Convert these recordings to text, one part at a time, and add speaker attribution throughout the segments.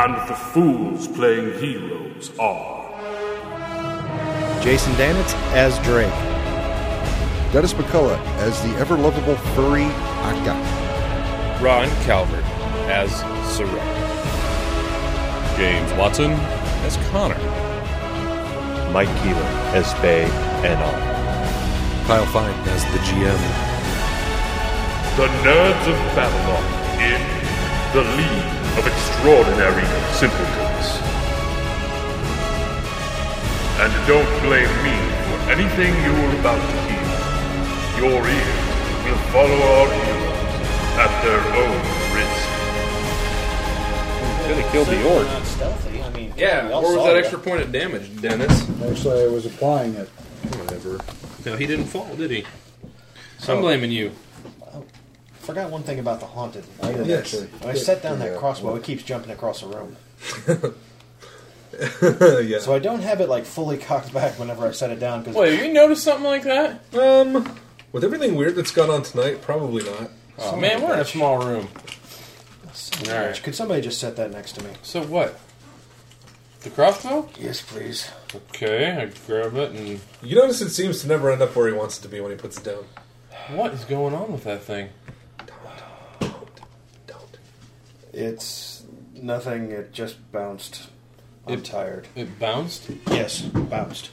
Speaker 1: And the fools playing heroes are
Speaker 2: Jason Danitz as Drake.
Speaker 3: Dennis McCullough as the ever lovable furry Akka.
Speaker 4: Ron Calvert as Sarek. James Watson as Connor.
Speaker 5: Mike Keeler as Bay and on.
Speaker 6: Kyle Fine as the GM.
Speaker 1: the Nerds of Babylon in the League of Extraordinary Simpletons. And don't blame me for anything you're about to hear. Your ears will follow our heroes at their own risk.
Speaker 4: Could have killed the orc.
Speaker 7: stealthy. I mean,
Speaker 8: Yeah,
Speaker 7: we all
Speaker 8: where was
Speaker 7: saw
Speaker 8: that
Speaker 7: you.
Speaker 8: extra point of damage, Dennis?
Speaker 3: Actually, I was applying it.
Speaker 8: Whatever. No, he didn't fall, did he? So I'm blaming you.
Speaker 7: Forgot one thing about the haunted. I did
Speaker 3: Yes.
Speaker 7: actually. When I set down that crossbow, it keeps jumping across the room.
Speaker 6: yeah.
Speaker 7: So I don't have it like fully cocked back whenever I set it down because
Speaker 8: Wait, have you noticed something like that?
Speaker 6: Um, with everything weird that's gone on tonight, probably not.
Speaker 8: Oh, man, we're in a small room. All right.
Speaker 7: could somebody just set that next to me?
Speaker 8: So what? The crossbow?
Speaker 7: Yes, please.
Speaker 8: Okay, I grab it and
Speaker 6: You notice it seems to never end up where he wants it to be when he puts it down.
Speaker 8: what is going on with that thing?
Speaker 6: Don't.
Speaker 7: It's nothing. It just bounced. I'm
Speaker 8: It-
Speaker 7: tired.
Speaker 8: It bounced.
Speaker 7: Yes, bounced.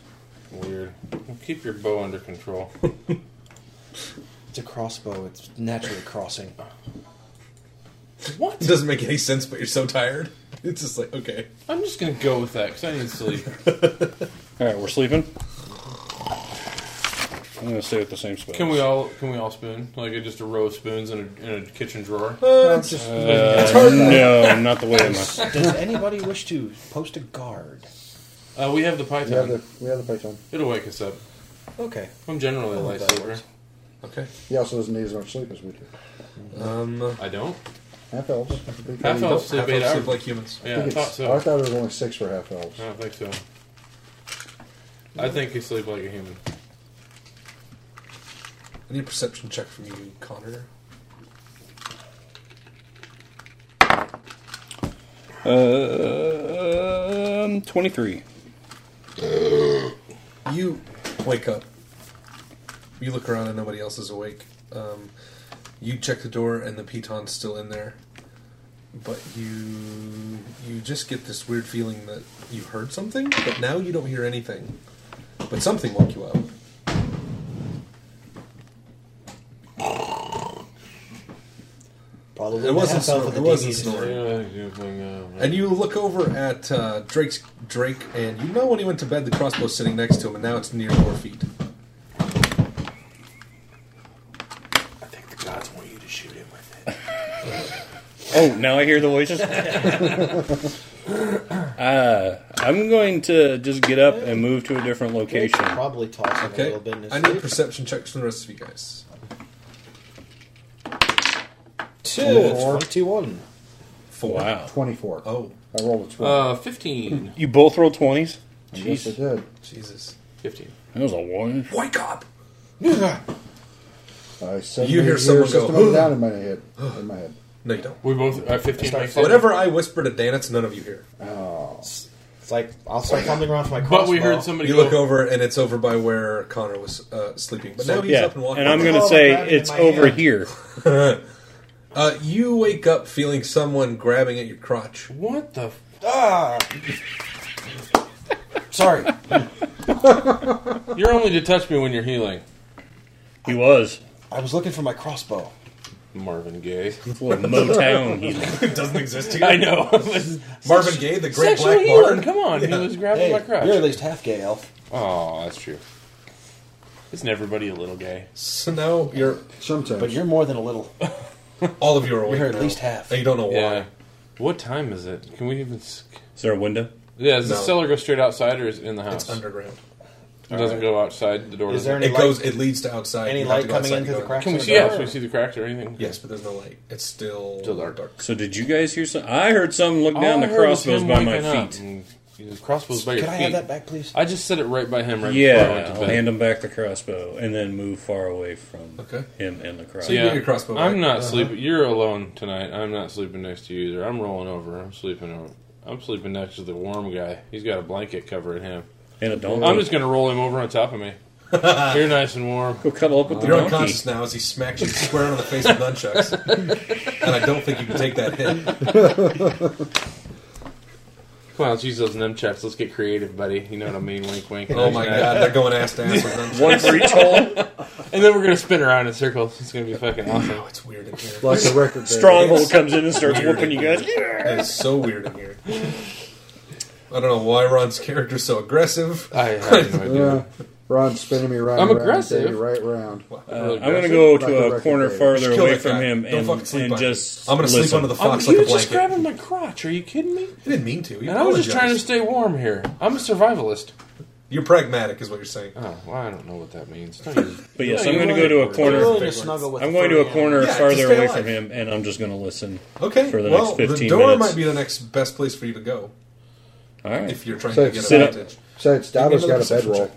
Speaker 8: Weird. Well, keep your bow under control.
Speaker 7: It's a crossbow. It's naturally crossing.
Speaker 8: what?
Speaker 6: It doesn't make any sense, but you're so tired. It's just like, okay.
Speaker 8: I'm just gonna go with that because I need sleep.
Speaker 9: All right, we're sleeping. I'm gonna stay with the same spot.
Speaker 8: Can we all? Can we all spoon? Like uh, just a row of spoons in a, in a kitchen drawer?
Speaker 9: No, not the way I'm. a-
Speaker 7: Uh, Does anybody wish to post a guard?
Speaker 8: Uh, we have the python.
Speaker 3: We have the we have the python.
Speaker 8: It'll wake us up.
Speaker 7: Okay.
Speaker 8: I'm generally a light
Speaker 7: that
Speaker 8: sleeper.
Speaker 7: works.
Speaker 6: Okay.
Speaker 3: He also doesn't need as much sleep as we do.
Speaker 6: Um,
Speaker 8: I don't.
Speaker 3: Half elves.
Speaker 8: Half
Speaker 6: don't
Speaker 8: elves sleep
Speaker 6: have
Speaker 8: eight
Speaker 6: to
Speaker 8: hours.
Speaker 6: sleep like humans.
Speaker 8: yeah, I thought so.
Speaker 3: I thought it was only six for half elves.
Speaker 8: I don't think so. I think he sleep like a human.
Speaker 6: I need a perception check from you, Connor.
Speaker 9: Um, twenty-three.
Speaker 6: You wake up. You look around and nobody else is awake. Um, you check the door and the piton's still in there. But you you just get this weird feeling that you heard something, but now you don't hear anything. But something woke you up.
Speaker 7: Probably.
Speaker 6: It wasn't
Speaker 7: half elf
Speaker 6: snor-
Speaker 7: with the
Speaker 6: it wasn't
Speaker 7: DVDs.
Speaker 6: snor-
Speaker 8: And
Speaker 6: And you look over at uh, Drake's Drake, and you know when he went to bed, the crossbow's sitting next to him, and now it's near your feet.
Speaker 8: I think the gods want you to shoot him with it.
Speaker 9: Oh, now I hear the voices. uh, I'm going to just get up and move to a different
Speaker 7: We could
Speaker 9: location.
Speaker 7: Probably toss him a
Speaker 6: Okay,
Speaker 7: little bit. In his
Speaker 6: I need perception checks from the rest of you guys.
Speaker 7: Two. Twenty-one.
Speaker 6: Four.
Speaker 9: Wow,
Speaker 3: Twenty-four.
Speaker 6: Oh,
Speaker 3: I rolled a twelve.
Speaker 8: Uh, 15.
Speaker 9: you both rolled twenties.
Speaker 3: yes, I did.
Speaker 6: Jesus.
Speaker 8: 15.
Speaker 9: That was a one.
Speaker 6: Wake up!
Speaker 3: I suddenly
Speaker 6: You hear someone go,
Speaker 3: System of a Down in my head. In my head.
Speaker 6: No, you don't.
Speaker 8: We both. Uh, 15 makes sense.
Speaker 6: Whatever I whisper to Dan, it's none of you hear.
Speaker 7: It's like I'll start fumbling around for my crossbow.
Speaker 8: But we heard somebody.
Speaker 6: You
Speaker 8: go-
Speaker 6: look over, and it's over by where Connor was uh, sleeping. But now he's
Speaker 9: yeah,
Speaker 6: up and walking.
Speaker 9: and I'm going to say it's over here.
Speaker 6: Uh, you wake up feeling someone grabbing at your crotch.
Speaker 8: What the? F-
Speaker 7: ah! Sorry.
Speaker 8: You're only to touch me when you're healing.
Speaker 9: He was.
Speaker 7: I was looking for my crossbow.
Speaker 8: Marvin Gaye.
Speaker 9: Well, Motown healing.
Speaker 6: it doesn't exist here.
Speaker 8: I know.
Speaker 6: Marvin Gaye, the great
Speaker 8: Sexual
Speaker 6: black
Speaker 8: healing.
Speaker 6: bard.
Speaker 8: Come on, he was grabbing
Speaker 7: Hey,
Speaker 8: my crotch.
Speaker 7: you're at least half gay, elf.
Speaker 8: Oh, that's true. Isn't everybody a little gay?
Speaker 6: So now you're
Speaker 3: Sometimes.
Speaker 7: But you're more than a little.
Speaker 6: all of you are awake.
Speaker 7: You're at
Speaker 6: now.
Speaker 7: least half.
Speaker 6: And you don't know why.
Speaker 8: Yeah. What time is it? Can we even? s-
Speaker 9: Is there a window?
Speaker 8: Yeah, does the
Speaker 6: No.
Speaker 8: cellar go straight outside or is it in the house?
Speaker 6: It's underground.
Speaker 8: It doesn't go outside the door.
Speaker 7: Is
Speaker 8: does
Speaker 7: there
Speaker 8: it?
Speaker 7: Any
Speaker 6: it goes.
Speaker 7: light-
Speaker 6: It leads to outside.
Speaker 7: any
Speaker 6: You have
Speaker 7: light
Speaker 6: to go
Speaker 7: coming
Speaker 6: outside
Speaker 7: in
Speaker 6: to
Speaker 7: through
Speaker 6: go
Speaker 7: the cracks?
Speaker 8: Can we
Speaker 7: in
Speaker 8: see?
Speaker 7: the
Speaker 8: Yeah,
Speaker 7: door?
Speaker 8: can we see the cracks or anything?
Speaker 6: Yes, but there's no light. It's still
Speaker 8: Still dark.
Speaker 9: So did you guys hear some? I heard something look down
Speaker 6: Oh,
Speaker 9: the crossbows by my feet.
Speaker 8: feet. Mm, Crossbows by your
Speaker 7: Can I
Speaker 8: feet. oh,
Speaker 7: have that back, please?
Speaker 8: I just said it right by him. Right before I
Speaker 9: Yeah,
Speaker 8: went to
Speaker 9: I'll
Speaker 8: bed.
Speaker 9: hand him back the crossbow and then move far away from
Speaker 6: Okay.
Speaker 9: him and the crossbow.
Speaker 6: So you get your crossbow
Speaker 8: I'm
Speaker 6: back.
Speaker 8: not
Speaker 6: Uh-huh.
Speaker 8: sleeping. You're alone tonight. I'm not sleeping next to you either. I'm rolling over. I'm sleeping over. I'm sleeping next to the warm guy. He's got a blanket covering him.
Speaker 9: and a donkey.
Speaker 8: I'm just gonna roll him over on top of me. You're nice and warm.
Speaker 9: go cuddle up with the
Speaker 6: You're
Speaker 9: donkey.
Speaker 6: unconscious now as he smacks you square on the face with nunchucks, and I don't think you can take that hit.
Speaker 8: Come on, let's use those nunchucks. Let's get creative, buddy. You know what I mean? Wink, wink.
Speaker 6: Oh my god, they're going ass to ass with nunchucks.
Speaker 9: One for each hole.
Speaker 8: And then we're gonna spin around in circles. It's gonna be fucking awesome.
Speaker 6: Oh, it's weird in here.
Speaker 3: like the record. there.
Speaker 9: Stronghold comes in and starts whooping you
Speaker 6: Oh,
Speaker 9: guys.
Speaker 6: It is so weird in here. I don't know why Ron's character's so aggressive.
Speaker 8: I have no idea.
Speaker 3: Yeah. Ron's spinning me right
Speaker 8: I'm
Speaker 3: around,
Speaker 8: aggressive.
Speaker 3: Danny, right round.
Speaker 8: Really
Speaker 9: I'm gonna
Speaker 8: aggressive.
Speaker 9: go
Speaker 3: Like a
Speaker 9: to a
Speaker 3: record
Speaker 9: corner
Speaker 3: player.
Speaker 9: farther
Speaker 6: Kill
Speaker 9: away
Speaker 6: that
Speaker 9: from
Speaker 6: guy.
Speaker 9: him
Speaker 6: Don't
Speaker 9: and,
Speaker 6: fucking sleep
Speaker 9: and
Speaker 6: on him.
Speaker 9: just.
Speaker 6: I'm gonna sleep
Speaker 9: listen.
Speaker 6: under the
Speaker 8: Oh,
Speaker 6: fox
Speaker 8: you
Speaker 6: like a
Speaker 8: were just
Speaker 6: blanket.
Speaker 8: grabbing my crotch. Are you kidding me?
Speaker 6: You didn't mean to. You
Speaker 8: And I was just trying to
Speaker 6: apologized.
Speaker 8: stay warm here. I'm a survivalist.
Speaker 6: You're pragmatic, is what you're saying.
Speaker 8: Oh, well, I don't know what that means. Don't use-
Speaker 9: But yes,
Speaker 8: Yeah,
Speaker 9: I'm
Speaker 8: you
Speaker 9: going to
Speaker 8: want
Speaker 9: go to
Speaker 8: it.
Speaker 9: a
Speaker 7: I'm willing
Speaker 9: corner.
Speaker 7: to snuggle with
Speaker 9: I'm
Speaker 7: the
Speaker 9: going to a
Speaker 7: furry
Speaker 9: corner
Speaker 6: Yeah, to
Speaker 9: farther
Speaker 6: stay
Speaker 9: away
Speaker 6: alive.
Speaker 9: from him, and I'm just going to listen.
Speaker 6: Okay.
Speaker 9: For the next
Speaker 6: well,
Speaker 9: 15
Speaker 6: the door
Speaker 9: minutes.
Speaker 6: might be the next best place for you to go
Speaker 9: All right.
Speaker 6: if you're trying
Speaker 3: So
Speaker 6: to get
Speaker 3: sit
Speaker 9: up.
Speaker 6: advantage.
Speaker 3: Since Davos
Speaker 6: another
Speaker 3: got a
Speaker 6: perception
Speaker 3: bedroll,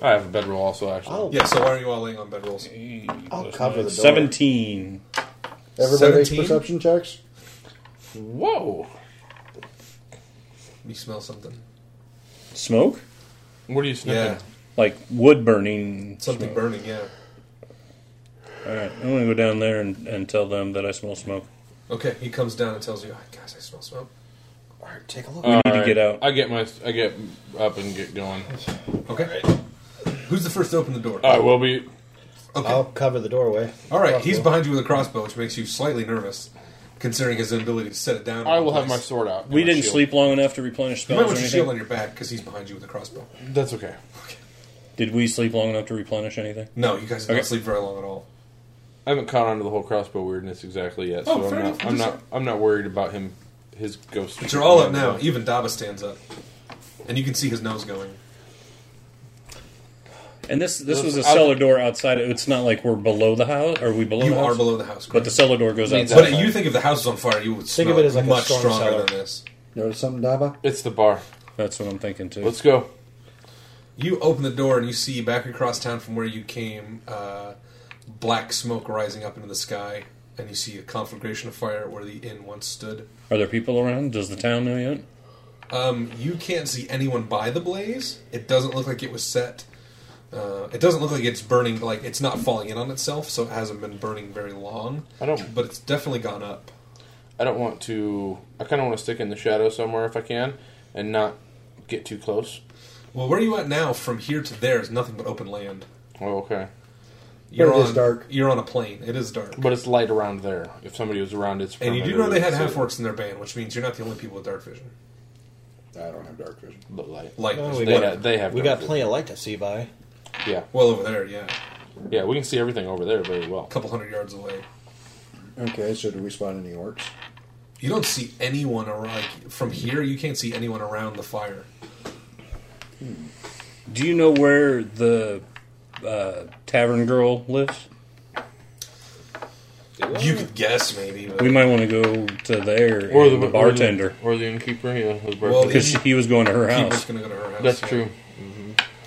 Speaker 8: I have a bedroll also, actually.
Speaker 7: I'll,
Speaker 6: Yeah. So why are you all laying on bedrolls?
Speaker 7: I'll cover the door.
Speaker 9: Seventeen.
Speaker 3: everybody makes
Speaker 6: 17?
Speaker 3: perception checks.
Speaker 8: Whoa!
Speaker 6: You smell something.
Speaker 9: Smoke,
Speaker 8: What are you sniffing?
Speaker 6: Yeah.
Speaker 9: like wood burning.
Speaker 6: Something burning. Yeah.
Speaker 9: All right, I'm going to go down there and, and tell them that I smell smoke.
Speaker 6: Okay. He comes down and tells you, oh, "Guys, I smell smoke."
Speaker 7: All right, take a look.
Speaker 9: We
Speaker 8: Um,
Speaker 9: need to get out.
Speaker 8: I get my, I get up and get going.
Speaker 6: Okay. Who's the first to open the door?
Speaker 9: Uh,
Speaker 8: All right, we'll be.
Speaker 6: okay.
Speaker 7: I'll cover the doorway.
Speaker 6: all right. He's behind you with a crossbow, which makes you slightly nervous, considering his inability to set it down.
Speaker 8: I will have my
Speaker 6: place.
Speaker 8: sword out. and
Speaker 9: we
Speaker 8: my
Speaker 9: didn't
Speaker 8: shield.
Speaker 9: sleep long enough to replenish
Speaker 6: You might
Speaker 9: spells or
Speaker 6: want your shield
Speaker 9: anything.
Speaker 6: on your back because he's behind you with a crossbow.
Speaker 8: That's okay.
Speaker 9: Did we sleep long enough to replenish anything?
Speaker 6: No, you guys did not
Speaker 9: Okay.
Speaker 6: sleep very long at all.
Speaker 8: I haven't caught on to the whole crossbow weirdness exactly yet,
Speaker 6: Oh,
Speaker 8: so
Speaker 6: fair
Speaker 8: I'm
Speaker 6: enough.
Speaker 8: not, I'm
Speaker 6: Just-
Speaker 8: not, I'm not worried about him, his ghost.
Speaker 6: But you're all up now. Even Daba stands up, and you can see his nose going.
Speaker 9: And this this was a
Speaker 8: Out-
Speaker 9: cellar door outside. It's not like we're below the house. Are we below?
Speaker 6: You
Speaker 9: the house?
Speaker 6: are below the house,
Speaker 9: But the cellar door goes
Speaker 8: Means
Speaker 9: outside.
Speaker 6: But you think if the house is on fire, you would smell
Speaker 7: of it as like a
Speaker 6: much
Speaker 7: storm
Speaker 6: stronger
Speaker 7: cellar.
Speaker 6: than this.
Speaker 3: Notice something, Dava?
Speaker 8: It's the bar.
Speaker 9: That's what I'm thinking too.
Speaker 8: Let's go.
Speaker 6: You open the door and you see back across town from where you came, uh, black smoke rising up into the sky, and you see a conflagration of fire where the inn once stood.
Speaker 9: Are there people around? Does the town know yet?
Speaker 6: Um, you can't see anyone by the blaze. It doesn't look like it was set. Uh, it doesn't look like it's burning. Like it's not falling in on itself, so it hasn't been burning very long.
Speaker 8: I don't-
Speaker 6: But it's definitely gone up.
Speaker 8: I don't want to. I kind of want to stick in the shadow somewhere if I can, and not get too close.
Speaker 6: Well, where are you at now? From here to there is nothing but open land.
Speaker 8: Oh, okay.
Speaker 6: You're
Speaker 3: it
Speaker 6: on,
Speaker 3: is dark.
Speaker 6: You're on a plane. It is dark.
Speaker 8: But it's light around there. If somebody was around, it's.
Speaker 6: and you do
Speaker 8: perimeter
Speaker 6: know they had
Speaker 8: would
Speaker 6: half
Speaker 8: sit-
Speaker 6: orcs in their band, which means you're not the only people with dark vision.
Speaker 3: I don't have dark vision.
Speaker 8: But light.
Speaker 6: Like
Speaker 7: No,
Speaker 6: there's
Speaker 7: we
Speaker 8: They,
Speaker 6: one-
Speaker 8: ha- they have.
Speaker 7: We
Speaker 8: dark
Speaker 7: got plenty of light to see by.
Speaker 8: vision. Yeah,
Speaker 6: well over there, yeah,
Speaker 8: yeah. We can see everything over there very well.
Speaker 6: a couple hundred yards away.
Speaker 3: Okay, so did we spot any orcs?
Speaker 6: You don't see anyone around from here. You can't see anyone around the fire.
Speaker 9: Do you know where the uh, tavern girl lives?
Speaker 6: You could guess maybe. But
Speaker 9: We might want to go to there or the, bartender
Speaker 8: or the, innkeeper. Yeah, the bartender.
Speaker 6: Well,
Speaker 9: because he was going to her
Speaker 6: keeper's
Speaker 9: house.
Speaker 6: gonna go to her house.
Speaker 8: that's
Speaker 6: yeah.
Speaker 8: true.
Speaker 7: Yeah,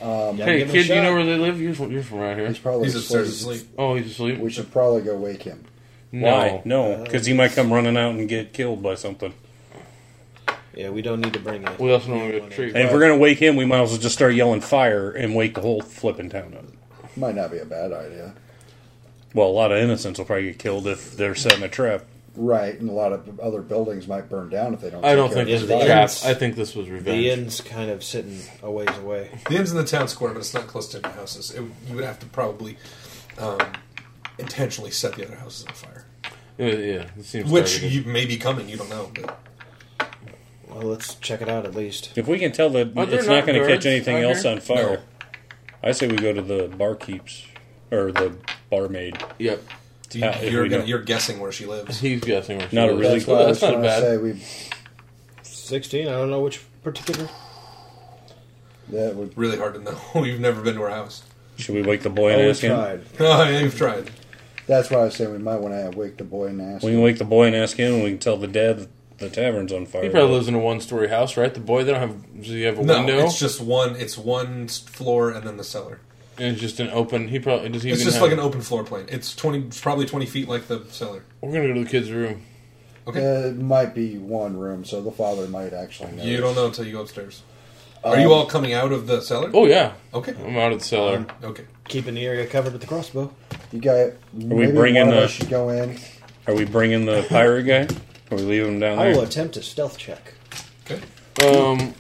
Speaker 8: Hey,
Speaker 7: Um, give it a
Speaker 8: kid, do you
Speaker 7: shot.
Speaker 8: know where they live? You're from, you're from right here.
Speaker 3: He's probably
Speaker 6: He's upstairs
Speaker 3: asleep.
Speaker 6: asleep.
Speaker 8: Oh, he's asleep.
Speaker 3: We should probably go wake him.
Speaker 8: no,
Speaker 9: Why? No, because he might come running out and get killed by something.
Speaker 7: Yeah, we don't need to bring it.
Speaker 8: We also don't want to go to tree.
Speaker 9: And if we're gonna wake him, we might as well just start yelling fire and wake the whole flipping town up.
Speaker 3: Might not be a bad idea.
Speaker 9: Well, a lot of innocents will probably get killed if they're setting a trap.
Speaker 3: Right, and a lot of other buildings might burn down if they don't.
Speaker 8: I don't
Speaker 3: take
Speaker 8: think
Speaker 3: care
Speaker 8: this
Speaker 3: of
Speaker 8: was
Speaker 3: the
Speaker 8: a
Speaker 3: fire.
Speaker 8: trap. I think this was revenge.
Speaker 7: The inn's kind of sitting a ways away.
Speaker 6: The inn's in the town square, but it's not close to any houses. It, you would have to probably um, intentionally set the other houses on fire.
Speaker 8: Yeah, yeah, it seems
Speaker 6: Which
Speaker 8: targeted.
Speaker 6: you may be coming. You don't know. But
Speaker 7: Well, let's check it out at least.
Speaker 9: If we can tell that
Speaker 7: Are there
Speaker 9: it's not
Speaker 7: not
Speaker 9: going to
Speaker 7: birds
Speaker 9: catch anything
Speaker 7: out
Speaker 9: else
Speaker 7: here?
Speaker 9: on fire, I say we go to the barkeeps or the barmaid.
Speaker 8: Yep.
Speaker 6: Do you,
Speaker 9: Uh, if
Speaker 6: you're,
Speaker 9: we
Speaker 6: gonna,
Speaker 9: know.
Speaker 6: you're guessing where she lives.
Speaker 8: He's guessing where she
Speaker 9: Not a
Speaker 8: lives.
Speaker 9: really
Speaker 8: That's, well, that's not a bad.
Speaker 3: Say we,
Speaker 7: Sixteen. I don't know which particular.
Speaker 3: that would
Speaker 6: Really hard to know. We've never been to her house.
Speaker 9: Should we wake the boy and
Speaker 3: Oh, we
Speaker 9: ask him?
Speaker 3: tried.
Speaker 6: No, you've tried.
Speaker 3: That's why I was saying we might want to wake the boy and ask.
Speaker 9: We can wake the boy and ask him, and we can tell the dad that the tavern's on fire.
Speaker 8: He probably lives in a one-story house, right? The boy, they don't have. Does he have a
Speaker 6: No,
Speaker 8: window?
Speaker 6: it's just one. It's one s- floor and then the cellar.
Speaker 8: And it's just an open. He probably does. He
Speaker 6: It's
Speaker 8: even
Speaker 6: just
Speaker 8: have-
Speaker 6: like an open floor plan. It's twenty, it's probably twenty feet like the cellar.
Speaker 8: We're gonna go to the kid's room.
Speaker 6: Okay.
Speaker 3: Uh, it might be one room, so the father might actually know.
Speaker 6: You don't know until you go upstairs. Are you
Speaker 3: Um,
Speaker 6: all coming out of the cellar?
Speaker 8: Oh yeah.
Speaker 6: Okay.
Speaker 8: I'm out of the cellar.
Speaker 6: Okay.
Speaker 7: Keeping the area covered with the crossbow.
Speaker 3: You got.
Speaker 9: we
Speaker 3: Maybe
Speaker 9: bringing
Speaker 3: one of
Speaker 9: the-
Speaker 3: us should go in.
Speaker 9: Are we bringing the pirate guy? Are we leaving him down
Speaker 7: I
Speaker 9: there?
Speaker 7: will attempt a stealth check.
Speaker 8: Um.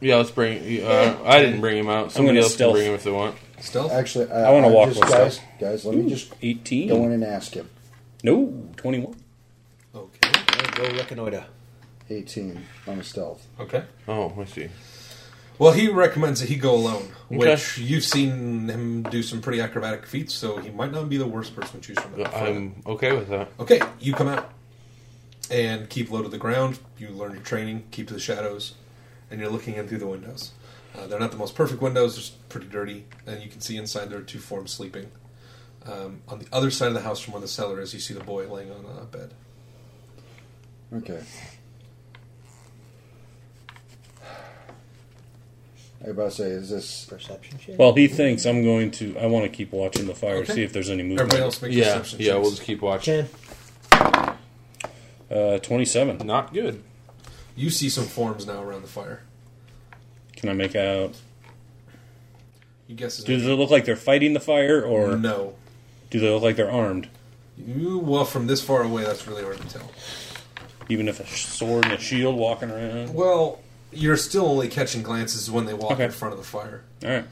Speaker 8: Yeah, let's bring. Uh, I didn't bring him out. Somebody
Speaker 9: gonna
Speaker 8: else
Speaker 9: stealth.
Speaker 8: can bring him if they want.
Speaker 6: Stealth.
Speaker 3: Actually, I,
Speaker 9: I wanna
Speaker 3: I'm
Speaker 9: walk
Speaker 3: just-
Speaker 9: with
Speaker 3: guys.
Speaker 9: him.
Speaker 3: Guys, let me just
Speaker 9: Eighteen.
Speaker 3: go in and ask him.
Speaker 9: No, twenty-one.
Speaker 6: Okay.
Speaker 7: I'll Go reconnoiter.
Speaker 3: Eighteen on a stealth.
Speaker 6: Okay.
Speaker 8: Oh, I see.
Speaker 6: Well, he recommends that he go alone,
Speaker 8: Okay.
Speaker 6: which you've seen him do some pretty acrobatic feats, so he might not be the worst person to choose from. that.
Speaker 8: I'm okay with that.
Speaker 6: Okay, you come out and keep low to the ground. You learn your training, keep to the shadows, and you're looking in through the windows. Uh, they're not the most perfect windows; they're just pretty dirty, and you can see inside there are two forms sleeping. Um, on the other side of the house, from where the cellar is, you see the boy laying on a bed.
Speaker 3: Okay. I about to say, is this
Speaker 7: Perception check.
Speaker 9: Well, he thinks I'm going to. I want to keep watching the fire,
Speaker 6: Okay.
Speaker 9: see if there's any movement.
Speaker 6: Everybody else make
Speaker 8: Yeah,
Speaker 6: perception
Speaker 8: yeah.
Speaker 6: checks.
Speaker 8: We'll just keep watching.
Speaker 7: Ten.
Speaker 9: Uh, Twenty-seven.
Speaker 8: Not good.
Speaker 6: You see some forms now around the fire.
Speaker 9: Can I make out?
Speaker 6: You guess his
Speaker 9: Does it look like they're fighting the fire, or
Speaker 6: no.
Speaker 9: do they look like they're armed?
Speaker 6: You, well, from this far away, that's really hard to tell.
Speaker 9: Even if a sh- sword and a shield walking around.
Speaker 6: Well, you're still only catching glances when they walk
Speaker 9: Okay.
Speaker 6: in front of the fire.
Speaker 9: All right.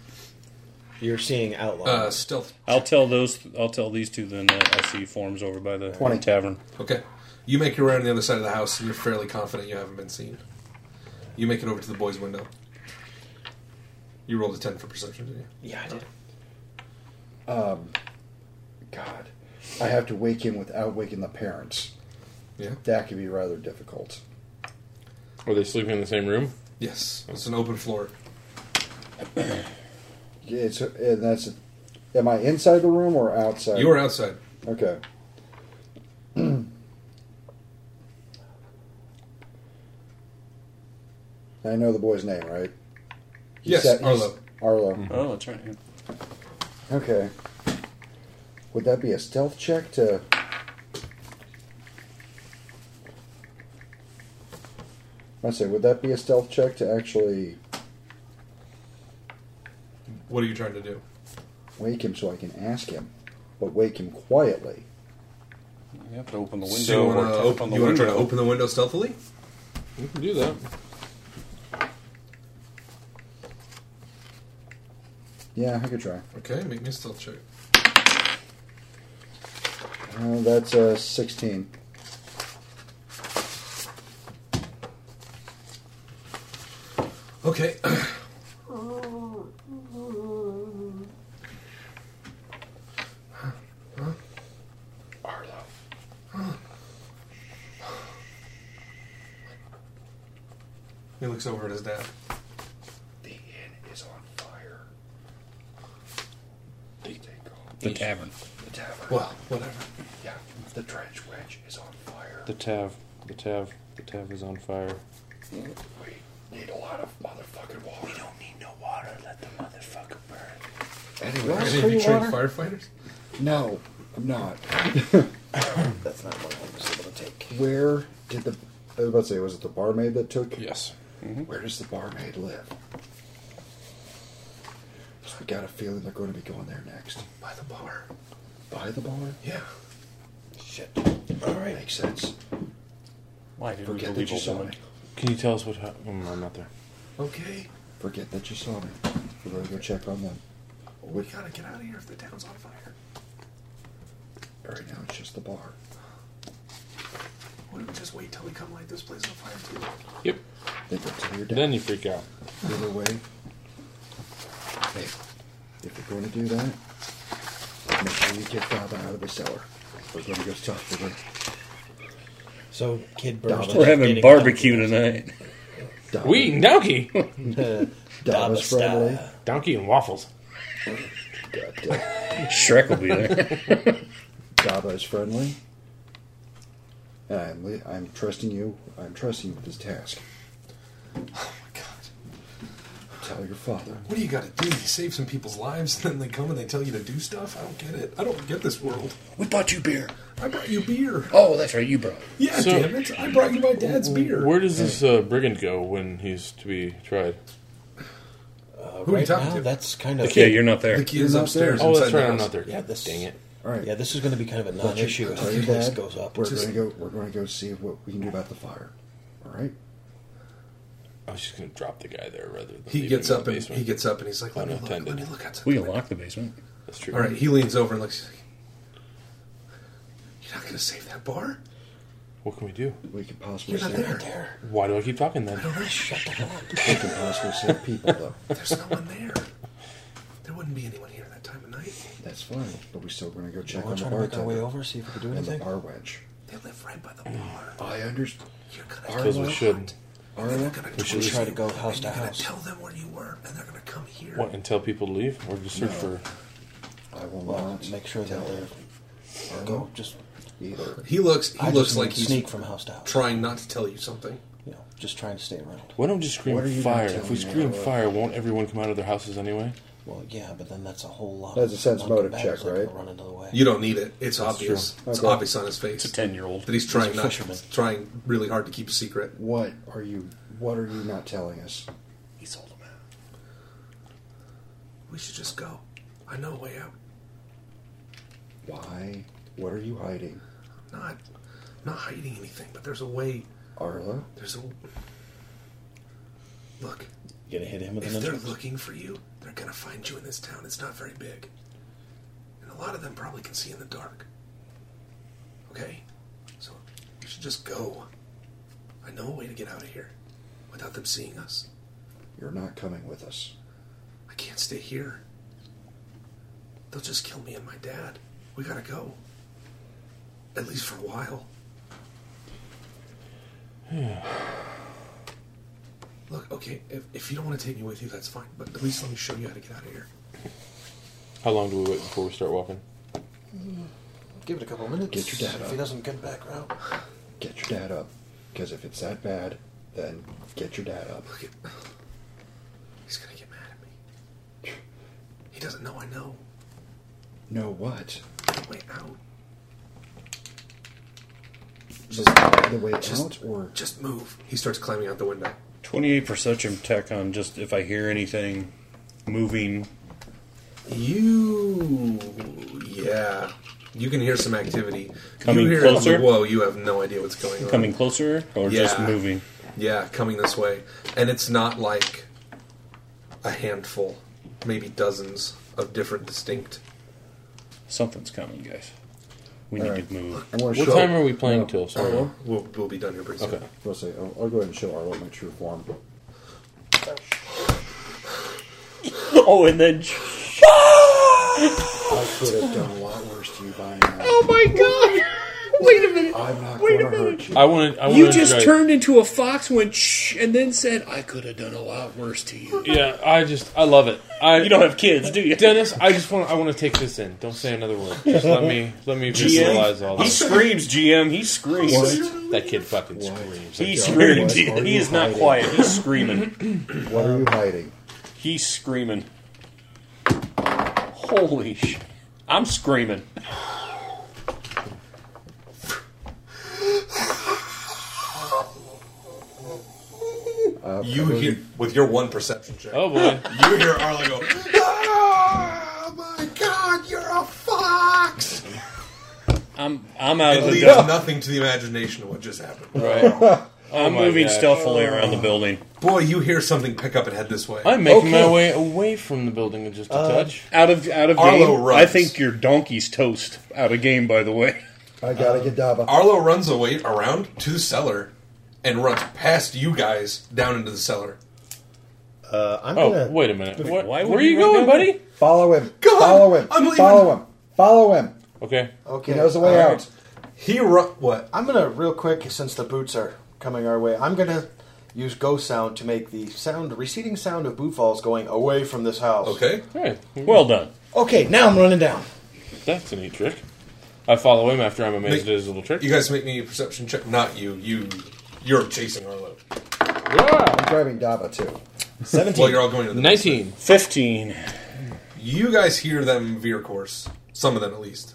Speaker 7: You're seeing outlaw.
Speaker 6: Uh, stealth.
Speaker 9: I'll tell those. I'll tell these two then that I see forms over by the
Speaker 3: 20.
Speaker 9: tavern.
Speaker 6: Okay. You make your way on the other side of the house, and you're fairly confident you haven't been seen. You make it over to the boys' window. You rolled a 10 for perception, didn't you?
Speaker 7: yeah, I did.
Speaker 3: Um, God? I have to wake him without waking the parents.
Speaker 6: Yeah.
Speaker 3: That could be rather difficult.
Speaker 8: Are they sleeping in the same room?
Speaker 6: Yes. It's an open floor.
Speaker 3: Yeah, It's and that's. Am I inside the room or outside?
Speaker 6: You were outside.
Speaker 3: okay. I know the boy's name, right? He
Speaker 6: Yes,
Speaker 3: said- he's-
Speaker 6: Arlo.
Speaker 3: Arlo.
Speaker 9: Oh, that's right.
Speaker 3: Okay. Would that be a stealth check to? I say, would that be a stealth check to actually
Speaker 6: What are you trying to do?
Speaker 3: wake him so I can ask him, but wake him quietly?
Speaker 9: You have to open the window.
Speaker 6: So you
Speaker 9: or
Speaker 6: want to
Speaker 9: tap on
Speaker 6: open,
Speaker 9: the
Speaker 6: you want to try to
Speaker 9: window.
Speaker 6: open the window stealthily?
Speaker 8: We can do that.
Speaker 3: Yeah, I could try.
Speaker 6: Okay, make me a stealth check.
Speaker 3: Uh, that's uh, sixteen.
Speaker 6: Okay. He looks over at his dad.
Speaker 3: The inn is on fire. The,
Speaker 9: the tavern.
Speaker 3: the tavern.
Speaker 6: Well, whatever.
Speaker 3: Yeah, the trench wedge is on fire.
Speaker 8: The tav. The tav. The tav is on fire.
Speaker 3: We need a lot of motherfucking water. We don't need no water. Let the motherfucker burn.
Speaker 6: Are
Speaker 3: Anyway,
Speaker 6: any of you trained firefighters?
Speaker 3: No, I'm not.
Speaker 7: That's not what I was able to take.
Speaker 3: Where did the
Speaker 10: I was about to say, was it the barmaid that took?
Speaker 8: Yes.
Speaker 10: Where does the barmaid live? I got a feeling they're going to be going there next. By the bar. By the bar? Yeah. Shit. All right. Makes sense.
Speaker 8: Why did
Speaker 10: Forget that you saw me.
Speaker 8: Can you tell us what happened? I'm not there.
Speaker 10: Okay. Forget that you saw me. We're going to go check on them.
Speaker 3: We gotta get out of here if the town's on fire.
Speaker 10: Right now, it's just the bar.
Speaker 3: Why don't we just wait till we come light this place on fire too?
Speaker 8: Yep.
Speaker 10: They go to your dad.
Speaker 8: Then you freak out.
Speaker 10: Either way, hey, if you're going to do that, make sure you get Baba out of the cellar. We're going to go talk to her.
Speaker 7: So, kid burst.
Speaker 9: We're having barbecue tonight.
Speaker 8: We eating donkey.
Speaker 10: Dava friendly.
Speaker 8: Donkey and waffles.
Speaker 9: Shrek will be there.
Speaker 10: Dava is friendly. And I'm, li- I'm trusting you. I'm trusting you with this task. Oh my god. Tell your father.
Speaker 6: What do you gotta do? You save some people's lives, and then they come and they tell you to do stuff? I don't get it. I don't get this world.
Speaker 7: We bought you beer.
Speaker 6: I brought you beer.
Speaker 7: Oh, that's right, you bro.
Speaker 6: Yeah,
Speaker 8: So-
Speaker 6: damn it. I brought you my dad's beer.
Speaker 8: Where does this uh, brigand go when he's to be tried?
Speaker 6: Who are you
Speaker 7: right
Speaker 6: talking
Speaker 7: now,
Speaker 6: to?
Speaker 7: that's kind of
Speaker 9: Yeah, you're not there.
Speaker 6: The key is upstairs.
Speaker 8: Oh, that's
Speaker 6: inside the
Speaker 8: right. I'm
Speaker 6: house.
Speaker 8: not there.
Speaker 7: Yeah, this
Speaker 8: Dang it.
Speaker 10: All right.
Speaker 7: Yeah, this is going to be kind of a
Speaker 10: Let you-
Speaker 7: non-issue
Speaker 10: tell
Speaker 7: until
Speaker 10: your
Speaker 7: the place
Speaker 10: dad.
Speaker 7: goes up.
Speaker 10: We're
Speaker 6: Just-
Speaker 10: going to go. We're going to go see what we can do about the fire. All right.
Speaker 8: I was just gonna drop the guy there rather than
Speaker 6: He
Speaker 8: leave him
Speaker 6: gets
Speaker 8: in
Speaker 6: up
Speaker 8: the
Speaker 6: and
Speaker 8: basement. Oh,
Speaker 6: he gets up and he's like, "Let me look. Let
Speaker 8: Unattended.
Speaker 6: me look outside."
Speaker 9: We can lock the basement.
Speaker 8: That's true.
Speaker 6: All right, he leans over and looks. he's like, You're not gonna save that bar.
Speaker 8: What can we do?
Speaker 10: We could possibly
Speaker 6: You're not
Speaker 10: save.
Speaker 6: there.
Speaker 8: Why do I keep talking then?
Speaker 10: We could possibly save people though.
Speaker 6: There's no one there. There wouldn't be anyone here that time of night.
Speaker 10: That's fine. But we still going to go check
Speaker 7: We're
Speaker 10: on the
Speaker 7: trying to make our way
Speaker 10: bartender
Speaker 7: over, see if we can do
Speaker 10: and the
Speaker 7: anything.
Speaker 10: bar wench.
Speaker 6: They live right by the bar.
Speaker 10: I understand.
Speaker 6: You're gonna.
Speaker 10: Our
Speaker 8: Because we
Speaker 10: what?
Speaker 8: should.
Speaker 10: Our
Speaker 6: they're
Speaker 10: what?
Speaker 6: gonna
Speaker 8: We should
Speaker 6: torture
Speaker 7: try to
Speaker 6: you,
Speaker 7: go house
Speaker 6: and
Speaker 7: to
Speaker 6: you're gonna
Speaker 7: house.
Speaker 6: Tell them where you were, and they're gonna come here.
Speaker 8: What and tell people to leave or just search
Speaker 10: No.
Speaker 8: for?
Speaker 10: I will
Speaker 7: Well,
Speaker 10: not
Speaker 7: make sure that they're go just.
Speaker 10: either.
Speaker 6: He looks. He
Speaker 7: I
Speaker 6: looks
Speaker 7: just
Speaker 6: like
Speaker 7: need to
Speaker 6: he's
Speaker 7: sneak from house to house.
Speaker 6: trying not to tell you something.
Speaker 7: You know, just trying to stay around.
Speaker 8: Why don't we just
Speaker 10: What are you gonna
Speaker 8: scream fire?
Speaker 10: tell
Speaker 8: If we
Speaker 10: me
Speaker 8: scream
Speaker 10: about-
Speaker 8: fire, won't everyone come out of their houses anyway?
Speaker 7: Well, yeah, but then that's a whole lot.
Speaker 10: That's a
Speaker 7: of
Speaker 10: sense
Speaker 7: monkey
Speaker 10: motive
Speaker 7: battles
Speaker 10: check,
Speaker 7: that could
Speaker 10: right?
Speaker 7: Run into the way.
Speaker 6: You don't need it. It's obvious. It's
Speaker 10: Okay.
Speaker 6: obvious on his face. It's a
Speaker 9: ten-year-old.
Speaker 6: that he's trying
Speaker 7: a
Speaker 6: not,
Speaker 7: fisherman.
Speaker 6: trying really hard to keep a secret.
Speaker 10: What are you? What are you not telling us?
Speaker 6: He sold him out. We should just go. I know a way out.
Speaker 10: Why? What are you hiding,
Speaker 6: Not, not hiding anything, but there's a way.
Speaker 10: Arla?
Speaker 6: There's a look.
Speaker 7: You gonna hit him with an
Speaker 6: If they're
Speaker 7: instrument?
Speaker 6: looking for you, they're gonna find you in this town. It's not very big, and a lot of them probably can see in the dark. Okay, so we should just go. I know a way to get out of here without them seeing us.
Speaker 10: You're not coming with us.
Speaker 6: I can't stay here. They'll just kill me and my dad. We gotta go. At least for a while. Look, okay, if, if you don't want to take me with you, that's fine, but at least let me show you how to get out of here.
Speaker 8: How long do we wait before we start walking?
Speaker 7: Give it a couple minutes.
Speaker 10: Get your dad
Speaker 7: If
Speaker 10: up.
Speaker 7: he doesn't get back around,
Speaker 10: Get your dad up, because if it's that bad, then get your dad up.
Speaker 6: Look, it, he's gonna get mad at me. He doesn't know I know.
Speaker 10: Know what?
Speaker 6: The way out.
Speaker 10: Just the way out,
Speaker 6: Just,
Speaker 10: or
Speaker 6: just move. He starts climbing out the window.
Speaker 9: Twenty-eight perception check on just if I hear anything moving.
Speaker 6: You, yeah, you can hear some activity.
Speaker 9: Coming
Speaker 6: you hear
Speaker 9: closer?
Speaker 6: Whoa, you have no idea what's going on.
Speaker 9: Coming closer or just
Speaker 6: Yeah.
Speaker 9: moving?
Speaker 6: Yeah, coming this way, and it's not like a handful, maybe dozens of different distinct.
Speaker 9: Something's coming, guys. We
Speaker 10: All
Speaker 9: need
Speaker 10: right.
Speaker 9: to move.
Speaker 10: I want
Speaker 8: What time are we playing till? Sorry.
Speaker 10: Arlo.
Speaker 6: We'll, we'll be done here pretty soon.
Speaker 8: Okay.
Speaker 10: I'll say, I'll, I'll go ahead and show Arlo my true form.
Speaker 9: Oh, and then
Speaker 10: I could have done a lot worse to you by now. Oh
Speaker 9: my god! Wait a minute!
Speaker 10: I'm not going to hurt you.
Speaker 8: I want to. I
Speaker 9: You
Speaker 8: wanna
Speaker 9: just
Speaker 8: try-
Speaker 9: turned into a fox, went shh, and then said, "I could have done a lot worse to you."
Speaker 8: Yeah, I just. I love it. I.
Speaker 9: You don't have kids, do you?
Speaker 8: Dennis, I just want. I want to take this in. Don't say another word. Just let me. Let me visualize all
Speaker 9: He
Speaker 8: this.
Speaker 9: screams, GM. He screams.
Speaker 8: That kid fucking
Speaker 10: Why?
Speaker 8: screams.
Speaker 9: He
Speaker 10: What
Speaker 9: screams. He,
Speaker 10: are
Speaker 9: he
Speaker 10: you
Speaker 9: is not
Speaker 10: hiding?
Speaker 9: quiet. He's screaming.
Speaker 10: What are you hiding?
Speaker 9: He's screaming. Holy sh! I'm screaming.
Speaker 10: Uh,
Speaker 6: you
Speaker 10: probably-
Speaker 6: hear with your one perception check.
Speaker 10: Oh, boy.
Speaker 6: you hear Arlo go. "Ah,
Speaker 10: Oh my god, you're a fox!
Speaker 9: I'm I'm out
Speaker 6: it
Speaker 9: of the
Speaker 6: leaves
Speaker 9: door.
Speaker 6: nothing to the imagination of what just happened.
Speaker 9: Right. I'm moving stealthily around the building.
Speaker 6: Boy, you hear something pick up and head this way.
Speaker 8: I'm making my way away from the building in just a
Speaker 9: Uh,
Speaker 8: touch.
Speaker 9: Out of out of
Speaker 6: Arlo
Speaker 9: game.
Speaker 6: runs.
Speaker 9: I think your donkey's toast. Out of game, by the way.
Speaker 10: I gotta get Daba.
Speaker 11: Uh,
Speaker 6: Arlo runs away around to the cellar and runs past you guys down into the cellar.
Speaker 10: Uh, I'm
Speaker 8: Oh,
Speaker 10: gonna-
Speaker 8: wait a minute. What-
Speaker 9: Why
Speaker 8: where are you going, buddy?
Speaker 10: Follow him. Follow him.
Speaker 6: I'm leaving.
Speaker 10: Follow him. Follow him.
Speaker 8: Okay.
Speaker 10: He knows the way
Speaker 11: all
Speaker 10: out.
Speaker 11: right.
Speaker 6: He ru- what?
Speaker 11: I'm gonna real quick since the boots are coming our way. I'm gonna use ghost sound to make the sound receding sound of boot falls going away from this house.
Speaker 6: Okay.
Speaker 9: Well done.
Speaker 11: Okay, now I'm running down.
Speaker 8: That's a neat trick. I follow him after I'm amazed at his little trick.
Speaker 6: You guys make me a perception check. Not you. You. You're chasing Arlo.
Speaker 10: I'm driving Daba too.
Speaker 6: Well, you're all going to the
Speaker 8: 19.
Speaker 9: 15.
Speaker 6: You guys hear them veer course. Some of them, at least.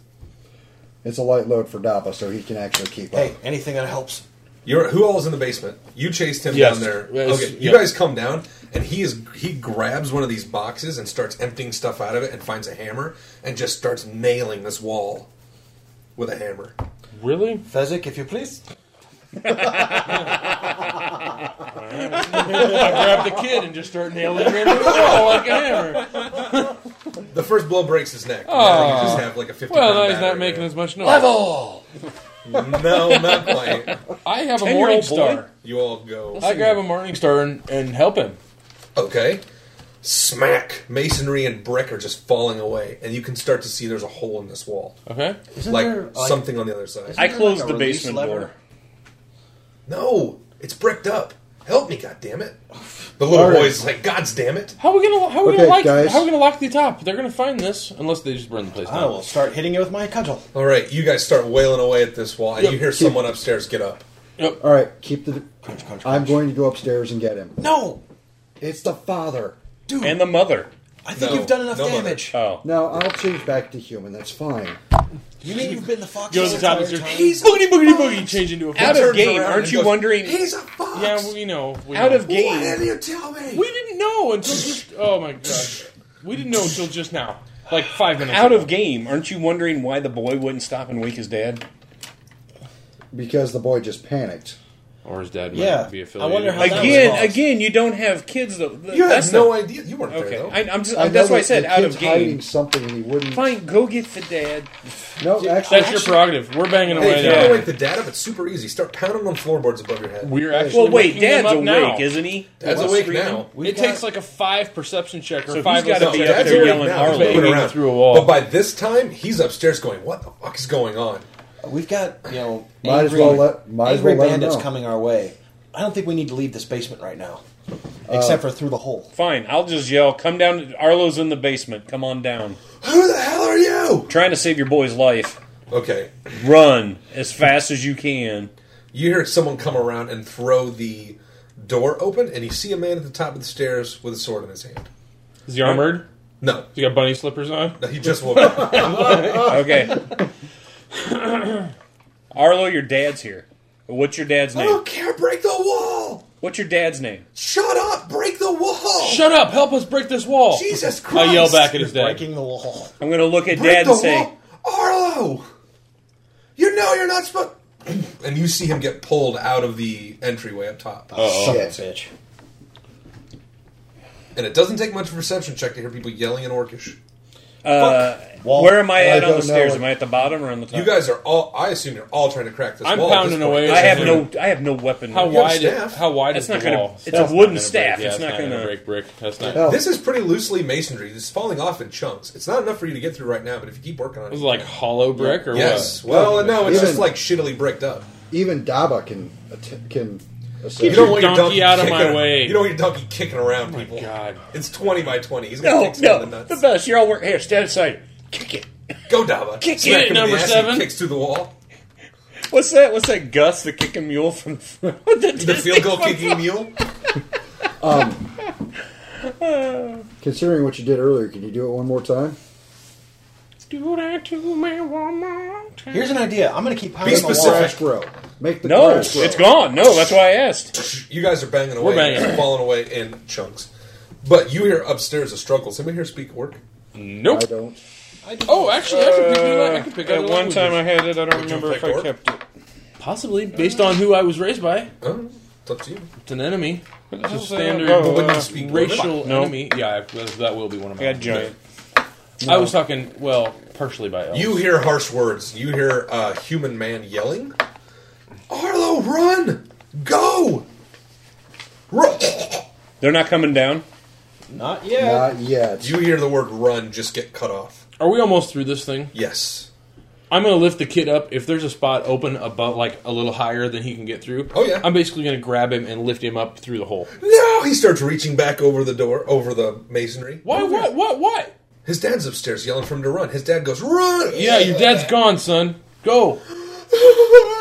Speaker 10: It's a light load for Daba, so he can actually keep up.
Speaker 11: Hey, anything that helps.
Speaker 6: You're, who all is in the basement? You chased him
Speaker 10: Yes.
Speaker 6: down there.
Speaker 10: Yes,
Speaker 6: Okay, you
Speaker 10: yeah.
Speaker 6: guys come down, and he is he grabs one of these boxes and starts emptying stuff out of it, and finds a hammer and just starts nailing this wall with a hammer.
Speaker 8: Really?
Speaker 11: Fezzik, if you please.
Speaker 8: I grab the kid and just start nailing him into the wall like a hammer.
Speaker 6: The first blow breaks his neck. Now
Speaker 8: Oh.
Speaker 6: you just have like a fifty.
Speaker 8: well, now
Speaker 6: pound
Speaker 8: he's not
Speaker 6: battery
Speaker 8: making
Speaker 6: there.
Speaker 8: as much noise.
Speaker 6: Level. no, not quite.
Speaker 8: I have a
Speaker 6: 10-year-old
Speaker 8: morning
Speaker 6: boy.
Speaker 8: star.
Speaker 6: You all go.
Speaker 8: I grab a morning star and, and help him.
Speaker 6: Okay. Smack! Masonry and brick are just falling away, and you can start to see there's a hole in this wall.
Speaker 8: Okay.
Speaker 11: Isn't
Speaker 6: like
Speaker 11: there, like-
Speaker 6: something on the other side.
Speaker 11: Isn't I there, like, closed a the release basement lever? door.
Speaker 6: No, it's bricked up. Help me, God damn it! The little
Speaker 10: All right.
Speaker 6: boy's like, "God's damn it!"
Speaker 8: How are we gonna how are we
Speaker 6: Okay,
Speaker 8: gonna lock
Speaker 6: guys.
Speaker 8: how are we gonna lock the top? They're gonna find this unless they just burn the place down.
Speaker 11: I will start hitting it with my cudgel.
Speaker 6: All right, you guys start wailing away at this wall, and
Speaker 8: Yep.
Speaker 6: you hear
Speaker 8: Keep-
Speaker 6: someone upstairs get up.
Speaker 10: All right, keep the.
Speaker 11: Crunch, crunch,
Speaker 10: I'm going to go upstairs and get him.
Speaker 11: No,
Speaker 10: it's the father.
Speaker 11: Dude.
Speaker 9: And the mother.
Speaker 11: I think No, you've done enough no mother. damage.
Speaker 9: Oh.
Speaker 10: No, I'll change back to human. That's fine.
Speaker 11: You mean you've been the fox?
Speaker 8: Go to
Speaker 11: this
Speaker 8: the top and
Speaker 11: entire
Speaker 8: just
Speaker 11: time?
Speaker 8: boogity boogety boogie change into a
Speaker 9: Out of game, aren't you wondering?
Speaker 6: He's a fox.
Speaker 8: Yeah, well, we know. We
Speaker 9: Out
Speaker 8: know.
Speaker 9: of game. Why didn't
Speaker 6: you tell me?
Speaker 8: We didn't know until just. Oh my gosh, we didn't know until just now. Like five minutes.
Speaker 9: Out
Speaker 8: ago.
Speaker 9: of game. Aren't you wondering why the boy wouldn't stop and wake his dad?
Speaker 10: Because the boy just panicked.
Speaker 8: Or his dad
Speaker 9: might Yeah.
Speaker 8: be affiliated.
Speaker 9: I wonder how
Speaker 8: that
Speaker 9: again.
Speaker 8: was caused.
Speaker 9: Again, you don't have kids though. Th-
Speaker 6: You
Speaker 9: that's
Speaker 6: have no
Speaker 9: the-
Speaker 6: idea. You weren't
Speaker 9: Okay.
Speaker 6: there though.
Speaker 9: I, am just.
Speaker 10: I
Speaker 9: that's
Speaker 10: know
Speaker 9: why I
Speaker 10: that
Speaker 9: said
Speaker 10: the
Speaker 9: out
Speaker 10: kid's
Speaker 9: of
Speaker 10: hiding
Speaker 9: game.
Speaker 10: something and he wouldn't.
Speaker 9: Fine, go get the dad.
Speaker 10: No, actually,
Speaker 9: That's your prerogative. We're banging
Speaker 6: Hey,
Speaker 9: away
Speaker 6: if you want
Speaker 9: now.
Speaker 6: to wake the dad up, it's super easy. Start pounding on floorboards above your head.
Speaker 8: We're actually
Speaker 9: Well, wait,
Speaker 8: waking him
Speaker 9: Dad's
Speaker 8: up
Speaker 9: awake,
Speaker 8: now.
Speaker 9: isn't he?
Speaker 6: Dad's
Speaker 8: What's
Speaker 6: awake
Speaker 8: screaming?
Speaker 6: now.
Speaker 8: It takes like a five perception check or
Speaker 9: So
Speaker 8: five.
Speaker 9: he's gotta
Speaker 8: perception
Speaker 9: be
Speaker 8: check.
Speaker 9: up
Speaker 6: Dad's
Speaker 9: there
Speaker 6: awake
Speaker 9: yelling
Speaker 6: now. He's
Speaker 9: Arlo.
Speaker 6: moving around.
Speaker 8: through a wall.
Speaker 6: But by this time, he's upstairs going, "What the fuck is going on?"
Speaker 11: We've got you know
Speaker 10: Might as
Speaker 11: angry,
Speaker 10: well let- might as
Speaker 11: angry
Speaker 10: well let 'em
Speaker 11: bandits
Speaker 10: know.
Speaker 11: coming our way. I don't think we need to leave this basement right now,
Speaker 10: Uh,
Speaker 11: except for through the hole.
Speaker 9: Fine, I'll just yell. Come down. Arlo's in the basement. Come on down.
Speaker 6: Who the hell are you?
Speaker 9: Trying to save your boy's life.
Speaker 6: Okay.
Speaker 9: Run as fast as you can.
Speaker 6: You hear someone come around and throw the door open, and you see a man at the top of the stairs with a sword in his hand.
Speaker 8: Is he armored?
Speaker 6: No,
Speaker 8: He's got bunny slippers on.
Speaker 6: he just woke up.
Speaker 9: okay. Arlo, your dad's here. What's your dad's
Speaker 6: I
Speaker 9: name?
Speaker 6: don't care. Break the wall.
Speaker 9: What's your dad's name?
Speaker 6: Shut up. Break the wall.
Speaker 8: Shut up! Help us break this wall.
Speaker 6: Jesus Christ!
Speaker 8: I yell back at his dad.
Speaker 11: Breaking the wall.
Speaker 9: I'm gonna look at
Speaker 6: Break
Speaker 9: dad
Speaker 6: the
Speaker 9: and say,
Speaker 6: wall. Arlo. You know you're not supposed. And you see him get pulled out of the entryway up top.
Speaker 8: Oh.
Speaker 11: Son of a bitch.
Speaker 6: And it doesn't take much of a perception check to hear people yelling in Orcish.
Speaker 9: uh,
Speaker 11: Wall.
Speaker 9: "Where am I
Speaker 11: I
Speaker 9: at on
Speaker 11: don't
Speaker 9: the stairs?
Speaker 11: know.
Speaker 9: Am I at the bottom or on the top?"
Speaker 6: You guys are all. I assume you're all trying to crack this
Speaker 8: I'm
Speaker 6: wall. at
Speaker 8: pounding
Speaker 6: this point.
Speaker 8: away.
Speaker 9: I have no, I have no weapon.
Speaker 8: How
Speaker 6: You have
Speaker 8: wide?
Speaker 6: staff.
Speaker 8: How wide
Speaker 9: That's
Speaker 8: is
Speaker 9: not
Speaker 8: the
Speaker 9: gonna-
Speaker 8: wall?
Speaker 9: it's a wooden
Speaker 8: not gonna
Speaker 9: staff.
Speaker 8: break. Yeah,
Speaker 9: It's not gonna-
Speaker 8: break brick. That's not.
Speaker 10: No.
Speaker 6: This is pretty loosely masonry. This is falling off in chunks. It's not enough for you to get through right now, but if you keep working on it,
Speaker 8: It's like hollow brick or
Speaker 6: yes.
Speaker 8: what?
Speaker 6: Well, no, it's just
Speaker 10: Even-
Speaker 6: like shittily bricked up.
Speaker 10: Even Daba can att- can. assist.
Speaker 8: Get your donkey out of my
Speaker 6: kicking-
Speaker 8: way. Oh
Speaker 6: You don't want your donkey kicking around people.
Speaker 8: God.
Speaker 6: It's twenty by twenty. He's gonna
Speaker 9: No,
Speaker 6: kick
Speaker 9: no,
Speaker 6: someone in the
Speaker 9: the
Speaker 6: nuts.
Speaker 9: best. You're all work here. Stand aside. Kick it.
Speaker 6: Go, Dava.
Speaker 9: Kick
Speaker 6: Smack
Speaker 9: it,
Speaker 6: him in the
Speaker 9: number
Speaker 6: ass, he
Speaker 9: seven.
Speaker 6: Kicks through the wall.
Speaker 9: What's that? What's that? Gus, the kicking mule from the,
Speaker 6: The field goal kicking mule.
Speaker 10: Um, considering what you did earlier, can you do it one more time?
Speaker 8: Do that to me one more time.
Speaker 11: Here's an idea. I'm going to keep
Speaker 6: Be
Speaker 11: pounding the wall.
Speaker 6: specific.
Speaker 10: Crash bro. Make the
Speaker 9: no,
Speaker 10: glass roll.
Speaker 9: it's gone. No, that's why I asked.
Speaker 6: You guys are banging away.
Speaker 9: We're banging.
Speaker 6: and falling away in chunks. But you hear upstairs a struggle. Somebody here speak orc?
Speaker 4: Nope.
Speaker 10: I don't.
Speaker 4: Oh, actually, I can pick new la- I can pick other
Speaker 9: Uh, at one
Speaker 4: languages.
Speaker 9: time I had it. I don't
Speaker 4: Would you
Speaker 9: remember if
Speaker 4: pick
Speaker 9: I
Speaker 4: orc?
Speaker 9: kept it.
Speaker 4: Possibly, based on who I was raised by.
Speaker 6: it's up to you.
Speaker 4: It's an enemy.
Speaker 9: But
Speaker 4: It's a
Speaker 9: how's that-
Speaker 4: standard
Speaker 9: oh, But
Speaker 6: wouldn't
Speaker 4: uh,
Speaker 6: you speak
Speaker 4: racial
Speaker 6: Mormon?
Speaker 9: No.
Speaker 4: enemy. Yeah, I, that that will be one of my.
Speaker 9: I got giant.
Speaker 4: I was talking, well, partially by elves.
Speaker 6: You hear harsh words. You hear a uh, human man yelling, "Arlo, run! Go! Run!"
Speaker 9: They're not coming down.
Speaker 7: Not
Speaker 10: Not yet.
Speaker 6: You hear the word "run" just get cut off.
Speaker 4: Are we almost through this thing?
Speaker 6: Yes.
Speaker 4: I'm gonna lift the kid up. If there's a spot open above, like a little higher than he can get through,
Speaker 6: Oh, yeah.
Speaker 4: I'm basically gonna grab him and lift him up through the hole.
Speaker 6: No, he starts reaching back over the door, over the masonry.
Speaker 4: Why? What? What? What?
Speaker 6: His dad's upstairs yelling for him to run. His dad goes, "Run!"
Speaker 4: Yeah, your dad's gone, son. Go.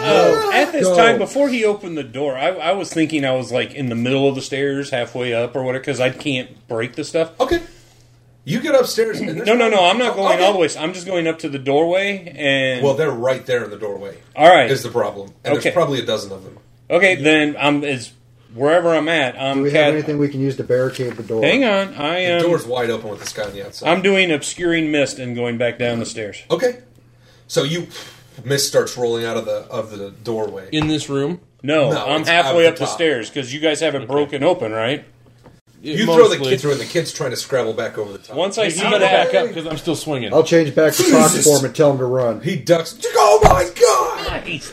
Speaker 9: Oh, At this
Speaker 6: Go.
Speaker 9: time, before he opened the door, I, I was thinking I was like in the middle of the stairs, halfway up or whatever, because I can't break the stuff.
Speaker 6: Okay. You get upstairs. Oh, And there's-
Speaker 9: No, no, no. I'm not going
Speaker 6: Okay.
Speaker 9: all the way. I'm just going up to the doorway and.
Speaker 6: Well, they're right there in the doorway.
Speaker 9: all right.
Speaker 6: Is the problem? And
Speaker 9: Okay.
Speaker 6: there's probably a dozen of them.
Speaker 9: Okay, then I'm is wherever I'm at. I'm
Speaker 10: Do we
Speaker 9: cat-
Speaker 10: have anything we can use to barricade the door?
Speaker 9: Hang on, I
Speaker 6: The
Speaker 9: am.
Speaker 6: door's wide open with this guy on the outside.
Speaker 9: Um, I'm doing obscuring mist and going back down the stairs.
Speaker 6: Okay. So you mist starts rolling out of the of the doorway.
Speaker 4: In this room,
Speaker 9: No,
Speaker 6: No,
Speaker 9: I'm
Speaker 6: it's out
Speaker 9: halfway
Speaker 6: the
Speaker 9: up the
Speaker 6: top.
Speaker 9: stairs because you guys have it broken open, right?
Speaker 6: You throw the
Speaker 4: Mostly.
Speaker 6: kid through, and the kid's trying to scrabble back over the top.
Speaker 9: Once I
Speaker 4: Hey,
Speaker 9: see
Speaker 4: you better
Speaker 9: that,
Speaker 4: back up because I'm still swinging.
Speaker 10: I'll change back to sock
Speaker 6: Jesus.
Speaker 10: form and tell him to run.
Speaker 6: He ducks. Oh my god!
Speaker 9: Nice.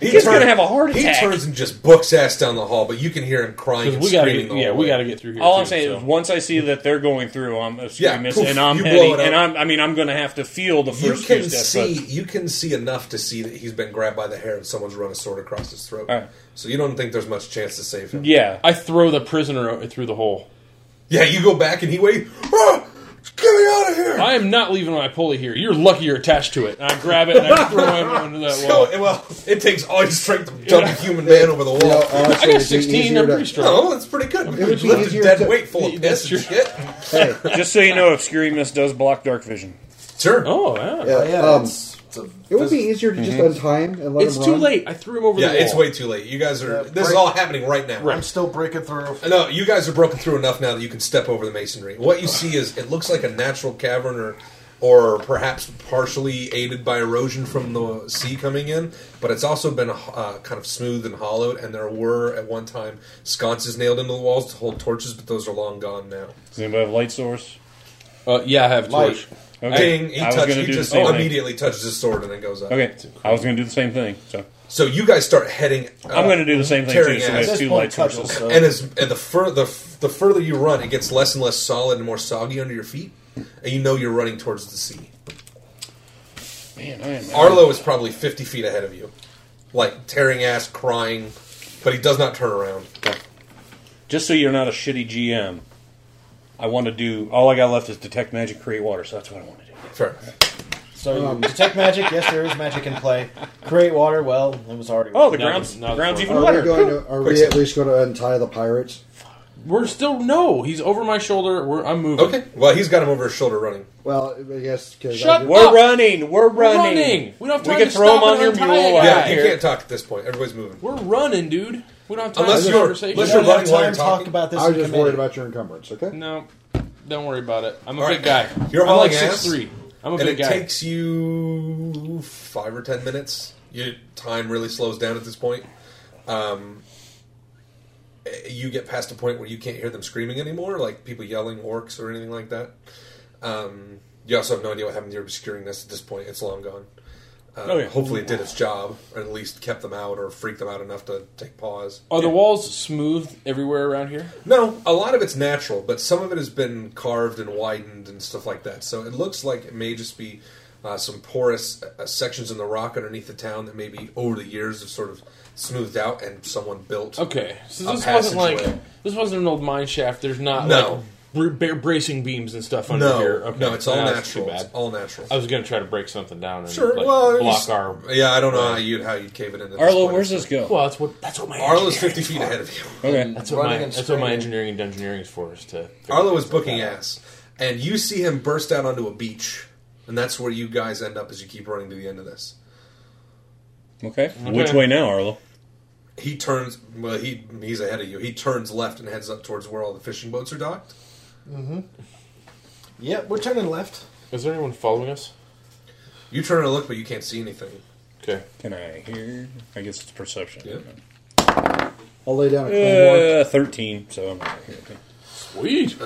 Speaker 6: He's
Speaker 9: kid's gonna have a heart attack.
Speaker 6: He turns and just books ass down the hall, but you can hear him crying
Speaker 4: 'Cause
Speaker 6: and
Speaker 4: we gotta
Speaker 6: screaming.
Speaker 4: get,
Speaker 6: the
Speaker 4: yeah,
Speaker 6: whole
Speaker 4: we
Speaker 6: way.
Speaker 4: gotta get through here.
Speaker 9: all I'm
Speaker 4: too,
Speaker 9: saying
Speaker 4: so.
Speaker 9: is, once I see that they're going through, I'm obscuring
Speaker 6: Yeah,
Speaker 9: mist
Speaker 6: poof,
Speaker 9: and I'm
Speaker 6: you blow
Speaker 9: heading,
Speaker 6: it up.
Speaker 9: and I'm. I mean, I'm going to have to feel the
Speaker 6: You
Speaker 9: first few
Speaker 6: can
Speaker 9: steps.
Speaker 6: see.
Speaker 9: but-
Speaker 6: You can see enough to see that he's been grabbed by the hair and someone's run a sword across his throat.
Speaker 9: All right.
Speaker 6: So you don't think there's much chance to save him.
Speaker 9: yeah,
Speaker 4: I throw the prisoner o- through the hole.
Speaker 6: Yeah, you go back and he wait. "Ah, get me out of here!
Speaker 4: I am not leaving my pulley here. You're lucky you're attached to it. And I grab it and I throw him into that wall.
Speaker 6: So, well, it takes all your strength to dump a human man over the wall.
Speaker 10: You know, honestly,
Speaker 4: I got
Speaker 10: it'd be
Speaker 4: 16.
Speaker 10: easier
Speaker 4: I'm
Speaker 10: to-
Speaker 4: pretty strong.
Speaker 6: No, that's pretty good.
Speaker 10: It would be
Speaker 6: You lift a
Speaker 10: easier
Speaker 6: dead
Speaker 10: to-
Speaker 6: weight full of piss and shit.
Speaker 10: Hey,
Speaker 9: just so you know, obscuring mist does block dark vision.
Speaker 6: Sure.
Speaker 4: Oh yeah.
Speaker 10: yeah,
Speaker 7: Yeah,
Speaker 10: um,
Speaker 7: it's, it's a,
Speaker 10: it would be easier to just untie him and let
Speaker 4: It's
Speaker 10: him
Speaker 4: too
Speaker 10: run.
Speaker 4: late. I threw him over
Speaker 6: Yeah,
Speaker 4: the wall.
Speaker 6: it's way too late. You guys are.
Speaker 7: Yeah,
Speaker 6: This is
Speaker 7: break-
Speaker 6: all happening right now.
Speaker 7: I'm still breaking through.
Speaker 6: No, you guys are broken through enough now that you can step over the masonry. What you see is it looks like a natural cavern, or, or perhaps partially aided by erosion from the sea coming in. But it's also been uh, kind of smoothed and hollowed. And there were at one time sconces nailed into the walls to hold torches, but those are long gone now.
Speaker 9: Does anybody have light source?
Speaker 4: Uh, yeah, I have
Speaker 7: Light.
Speaker 4: torch.
Speaker 6: Ding! He,
Speaker 9: I was
Speaker 6: touched,
Speaker 9: gonna
Speaker 6: he
Speaker 9: do the
Speaker 6: just
Speaker 9: same thing.
Speaker 6: immediately touches his sword and then goes up.
Speaker 9: Okay, I was going to do the same thing. So
Speaker 6: So you guys start heading. uh,
Speaker 9: I'm going to do the same thing
Speaker 6: tearing
Speaker 9: too. So
Speaker 6: ass.
Speaker 9: there's
Speaker 7: At
Speaker 9: two
Speaker 7: this point,
Speaker 9: light
Speaker 7: touch
Speaker 9: sources.
Speaker 7: us, so-
Speaker 6: and as and the fur the f- the further you run, it gets less and less solid and more soggy under your feet, and you know you're running towards the sea.
Speaker 9: Man, I am.
Speaker 6: Arlo is probably fifty feet ahead of you, like tearing ass, crying, but he does not turn around.
Speaker 9: Just so you're not a shitty GM, I want to do. All I got left is detect magic, create water. So that's what I want to do.
Speaker 6: Fair.
Speaker 7: So
Speaker 10: um,
Speaker 7: detect magic. Yes, there is magic in play. Create water. Well, it was already.
Speaker 9: Oh, the
Speaker 4: Now
Speaker 9: grounds.
Speaker 4: it's- now
Speaker 9: the
Speaker 4: it's
Speaker 9: grounds
Speaker 4: working.
Speaker 9: even
Speaker 10: Are we,
Speaker 9: wetter.
Speaker 10: going to, are we at least going to untie the pirates?
Speaker 4: We're still no. He's over my shoulder. We're, I'm moving.
Speaker 6: Okay. Well, he's got him over his shoulder running.
Speaker 10: Well, I guess because
Speaker 4: Shut
Speaker 9: We're
Speaker 4: up.
Speaker 9: running. We're
Speaker 4: We're
Speaker 9: running.
Speaker 4: running. We don't have time
Speaker 9: We can
Speaker 4: to
Speaker 9: throw
Speaker 4: stop
Speaker 9: him on
Speaker 4: and
Speaker 9: your
Speaker 4: untie
Speaker 9: mule.
Speaker 4: a guy.
Speaker 6: Yeah,
Speaker 9: Yeah,
Speaker 6: you can't talk at this point. Everybody's moving.
Speaker 4: We're running, dude. We don't have time
Speaker 6: Unless
Speaker 4: for
Speaker 6: you're-
Speaker 4: conversation.
Speaker 6: unless
Speaker 7: We're
Speaker 6: you're
Speaker 7: gonna
Speaker 6: running
Speaker 7: have
Speaker 6: while
Speaker 7: time
Speaker 6: you're
Speaker 7: to talk
Speaker 6: talking.
Speaker 7: about this.
Speaker 10: I was
Speaker 7: in
Speaker 10: just worried
Speaker 7: committee.
Speaker 10: about your encumbrance. Okay.
Speaker 4: No, don't worry about it. I'm a
Speaker 6: All
Speaker 4: big
Speaker 6: right.
Speaker 4: guy.
Speaker 6: You're
Speaker 4: I'm like
Speaker 6: hauling ass,
Speaker 4: six three. I'm a
Speaker 6: and
Speaker 4: big
Speaker 6: it
Speaker 4: guy.
Speaker 6: takes you five or ten minutes. Your time really slows down at this point. Um, eh, you get past a point where you can't hear them screaming anymore, like people yelling orcs or anything like that. Um, you also have no idea what happened to your obscuring this at this point. It's long gone. Uh,
Speaker 9: Oh, yeah.
Speaker 6: Hopefully, it did its job, or at least kept them out, or freaked them out enough to take pause.
Speaker 4: Are the walls smooth everywhere around here?
Speaker 6: No, a lot of it's natural, but some of it has been carved and widened and stuff like that. So it looks like it may just be uh, some porous uh, sections in the rock underneath the town that maybe over the years have sort of smoothed out and someone built.
Speaker 4: Okay, so
Speaker 6: A
Speaker 4: this wasn't like
Speaker 6: passageway.
Speaker 4: this wasn't an old mine shaft. There's not
Speaker 6: No.
Speaker 4: like br- br- bracing beams and stuff under
Speaker 6: No,
Speaker 4: here. Okay.
Speaker 6: no, it's all
Speaker 4: Nah, that's
Speaker 6: natural.
Speaker 4: Too bad.
Speaker 6: It's all natural.
Speaker 4: I was gonna try to break something down and
Speaker 6: sure.
Speaker 4: like,
Speaker 6: well, you
Speaker 4: block
Speaker 6: s-
Speaker 4: our.
Speaker 6: Yeah, I don't know how you'd how you'd cave it in. at this
Speaker 9: Arlo,
Speaker 6: point.
Speaker 9: where's this go?
Speaker 4: Well, that's what that's what my
Speaker 6: Arlo's
Speaker 4: engineering-
Speaker 6: fifty feet ahead of you.
Speaker 9: Okay.
Speaker 4: That's what, my,
Speaker 7: Running and
Speaker 4: that's what my
Speaker 7: screaming.
Speaker 4: engineering and engineering is for. Is to figure
Speaker 6: Arlo
Speaker 4: things
Speaker 6: is booking
Speaker 4: like that.
Speaker 6: ass, and you see him burst out onto a beach, and that's where you guys end up as you keep running to the end of this.
Speaker 9: Okay. Which way now, Arlo?
Speaker 6: He turns. Well, he he's ahead of you. He turns left and heads up towards where all the fishing boats are docked.
Speaker 11: Mm-hmm. Yep, we're turning left.
Speaker 6: Is there anyone following us? You turn and look, but you can't see anything. Okay. Can I hear? I guess it's perception.
Speaker 10: I'll lay down a clean one.
Speaker 9: Uh, 13, so I'm not here.
Speaker 6: Sweet. Uh,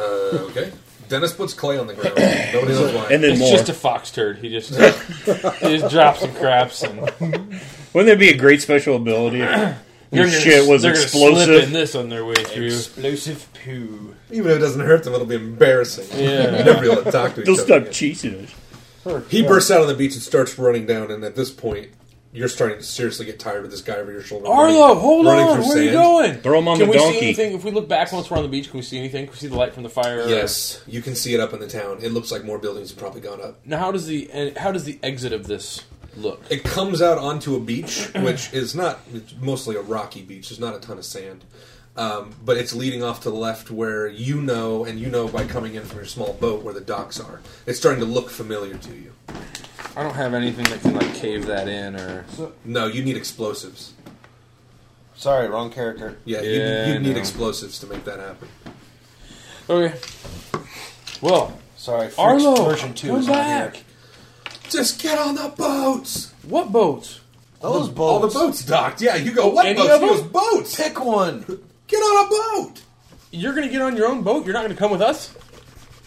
Speaker 6: okay. Dennis puts clay on the ground. Nobody knows why.
Speaker 9: And then
Speaker 8: it's
Speaker 9: more.
Speaker 8: just a fox turd. He just he just drops some craps and
Speaker 9: Wouldn't that be a great special ability if your
Speaker 8: They're gonna-
Speaker 9: shit was
Speaker 8: they're gonna
Speaker 9: explosive?
Speaker 8: slip in this on their way through.
Speaker 11: Explosive poo.
Speaker 6: Even if it doesn't hurt them, it'll be embarrassing.
Speaker 8: Yeah.
Speaker 6: They'll never be able to talk to each
Speaker 9: They'll
Speaker 6: other.
Speaker 9: stop
Speaker 6: again.
Speaker 9: cheating us.
Speaker 6: He bursts out on the beach and starts running down, and at this point, you're starting to seriously get tired of this guy over your shoulder.
Speaker 8: Arlo,
Speaker 6: running-
Speaker 8: hold
Speaker 6: running
Speaker 8: on.
Speaker 6: through
Speaker 8: Where are you
Speaker 6: sand.
Speaker 8: going? can we See anything? If we look back once we're on the beach, can we see anything? Can we see the light from the fire?
Speaker 6: Yes, you can see it up in the town. It looks like more buildings have probably gone up.
Speaker 8: Now, how does the and how does the exit of this look?
Speaker 6: It comes out onto a beach, which is not it's mostly a rocky beach. There's not a ton of sand, um, but it's leading off to the left where you know, and you know by coming in from your small boat where the docks are. It's starting to look familiar to you.
Speaker 8: I don't have anything that can like cave that in or.
Speaker 6: No, you need explosives.
Speaker 11: Sorry, wrong character.
Speaker 6: Yeah,
Speaker 8: Yeah,
Speaker 6: you,
Speaker 8: I
Speaker 6: you need
Speaker 8: know.
Speaker 6: explosives to make that happen.
Speaker 8: Okay. Well,
Speaker 11: sorry,
Speaker 8: Arlo,
Speaker 11: version two
Speaker 8: come
Speaker 11: is not
Speaker 8: back.
Speaker 6: Just get on the boats.
Speaker 8: What boats?
Speaker 11: Those boats.
Speaker 6: All the boats docked. Yeah, you go. What
Speaker 8: Any
Speaker 6: boats?
Speaker 8: of
Speaker 6: He
Speaker 8: them?
Speaker 6: goes, boats.
Speaker 11: Pick one.
Speaker 6: Get on a boat.
Speaker 8: You're gonna get on your own boat. You're not gonna come with us.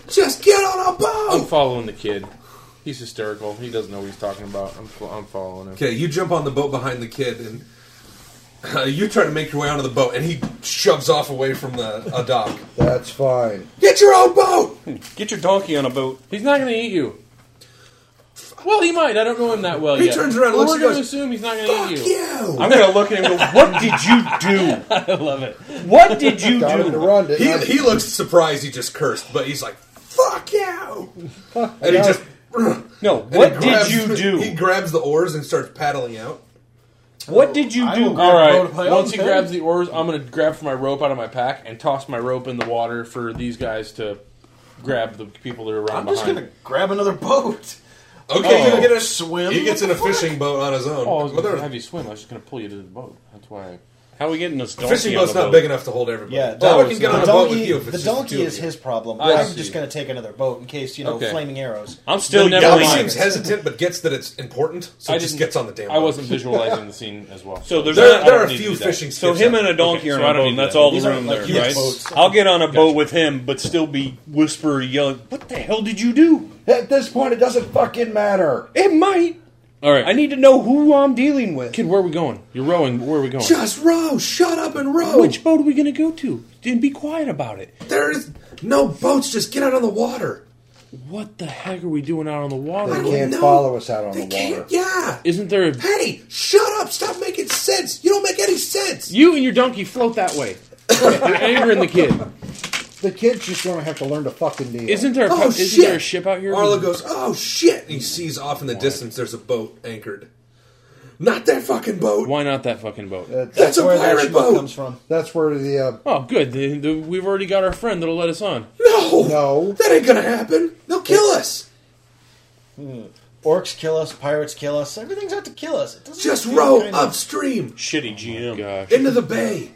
Speaker 6: Just get on a boat.
Speaker 8: I'm following the kid. He's hysterical. He doesn't know what he's talking about. I'm fo- I'm following him.
Speaker 6: Okay, you jump on the boat behind the kid, and uh, you try to make your way onto the boat, and he shoves off away from the a dock.
Speaker 10: That's fine.
Speaker 6: Get your own boat.
Speaker 9: Get your donkey on a boat.
Speaker 8: He's not gonna eat you. Well, he might. I don't know him that well
Speaker 6: He
Speaker 8: yet.
Speaker 6: turns around and
Speaker 8: But
Speaker 6: looks
Speaker 8: We're
Speaker 6: and
Speaker 8: gonna
Speaker 6: goes,
Speaker 8: assume he's not gonna eat you.
Speaker 9: I'm going to look at him and go, What did you do?
Speaker 8: I love it.
Speaker 9: What did you do?
Speaker 6: he, he looks surprised. He just cursed, but he's like, "Fuck you!" and he just
Speaker 9: no.
Speaker 6: and he
Speaker 9: what did
Speaker 6: grabs-
Speaker 9: you do?
Speaker 6: He grabs the oars and starts paddling out.
Speaker 9: What did you do?
Speaker 8: All right. Once he grabs the oars, I'm gonna grab for my rope out of my pack and toss my rope in the water for these guys to grab the people that are around
Speaker 11: I'm
Speaker 8: behind.
Speaker 11: just gonna grab another boat.
Speaker 6: Okay,
Speaker 11: Oh.
Speaker 6: you get a
Speaker 11: Swim?
Speaker 6: He gets in a
Speaker 11: What the fuck?
Speaker 6: fishing boat on his own.
Speaker 8: Oh, I was
Speaker 6: Well,
Speaker 8: going
Speaker 6: they're-
Speaker 8: to have you swim. I was just going to pull you to the boat. That's why. I...
Speaker 9: How are we getting this
Speaker 6: A fishing boat's not big enough to hold everybody.
Speaker 11: Yeah,
Speaker 6: Well,
Speaker 11: donkey-
Speaker 6: we can get on
Speaker 11: the
Speaker 6: a boat
Speaker 11: donkey,
Speaker 6: with you if it's
Speaker 11: the
Speaker 6: just two
Speaker 11: donkey
Speaker 6: of
Speaker 11: is
Speaker 6: you.
Speaker 11: his problem.
Speaker 6: I
Speaker 11: I'm
Speaker 6: see.
Speaker 11: just going to take another boat in case you know
Speaker 8: Okay.
Speaker 11: flaming arrows.
Speaker 6: The guy seems hesitant, but gets that it's important, so
Speaker 8: I
Speaker 6: just
Speaker 8: didn't-
Speaker 6: gets on the damn.
Speaker 8: I wasn't visualizing the scene as well.
Speaker 9: So there's
Speaker 6: there,
Speaker 9: not-
Speaker 6: there
Speaker 9: I
Speaker 6: are a
Speaker 9: don't need
Speaker 6: few
Speaker 9: to do that.
Speaker 6: fishing.
Speaker 9: So
Speaker 6: skiffs
Speaker 9: him
Speaker 6: out
Speaker 9: and a
Speaker 6: there.
Speaker 9: donkey
Speaker 8: so
Speaker 9: are
Speaker 8: I
Speaker 9: on
Speaker 8: don't
Speaker 9: a boat.
Speaker 8: need
Speaker 9: And that's
Speaker 8: that.
Speaker 9: all
Speaker 8: These
Speaker 9: the
Speaker 8: aren't
Speaker 9: room
Speaker 8: like
Speaker 9: there,
Speaker 8: huge
Speaker 9: right?
Speaker 8: boats.
Speaker 9: I'll get on a boat with him, but still be whisper yelling. What the hell did you do?
Speaker 10: At this point, it doesn't fucking matter.
Speaker 9: It might.
Speaker 8: All right.
Speaker 9: I need to know who I'm dealing with.
Speaker 8: Kid, where are we going? You're rowing. Where are we going?
Speaker 6: Just row. Shut up and row.
Speaker 9: Which boat are we going to go to? And be quiet about it.
Speaker 6: There's no boats. Just get out on the water.
Speaker 8: What the heck are we doing out on the water?
Speaker 10: They can't follow us out on the water.
Speaker 6: Yeah.
Speaker 8: Isn't there a...
Speaker 6: Hey, shut up! Stop making sense. You don't make any sense.
Speaker 8: You and your donkey float that way. You're angering the kid.
Speaker 10: The kid's just going to have to learn to fucking deal.
Speaker 8: Isn't there a,
Speaker 6: Oh,
Speaker 8: isn't
Speaker 6: shit.
Speaker 8: there a ship out here?
Speaker 6: Arlo goes, "Oh shit!" And he sees off in the distance there's a boat anchored. Not that fucking boat.
Speaker 8: Why not that fucking boat?
Speaker 6: That's a
Speaker 10: where that
Speaker 6: pirate
Speaker 10: schmuck
Speaker 6: boat.
Speaker 10: comes from. That's where the uh,
Speaker 8: oh, good. The- the- we've already got our friend that'll let us on.
Speaker 6: No,
Speaker 10: no,
Speaker 6: that ain't gonna happen. They'll kill us.
Speaker 11: Orcs kill us. Pirates kill us. Everything's out to kill us. It doesn't
Speaker 6: Just
Speaker 11: feel
Speaker 6: row
Speaker 11: kinda-
Speaker 6: upstream
Speaker 9: Shitty GM.
Speaker 8: Gosh.
Speaker 6: into the bay.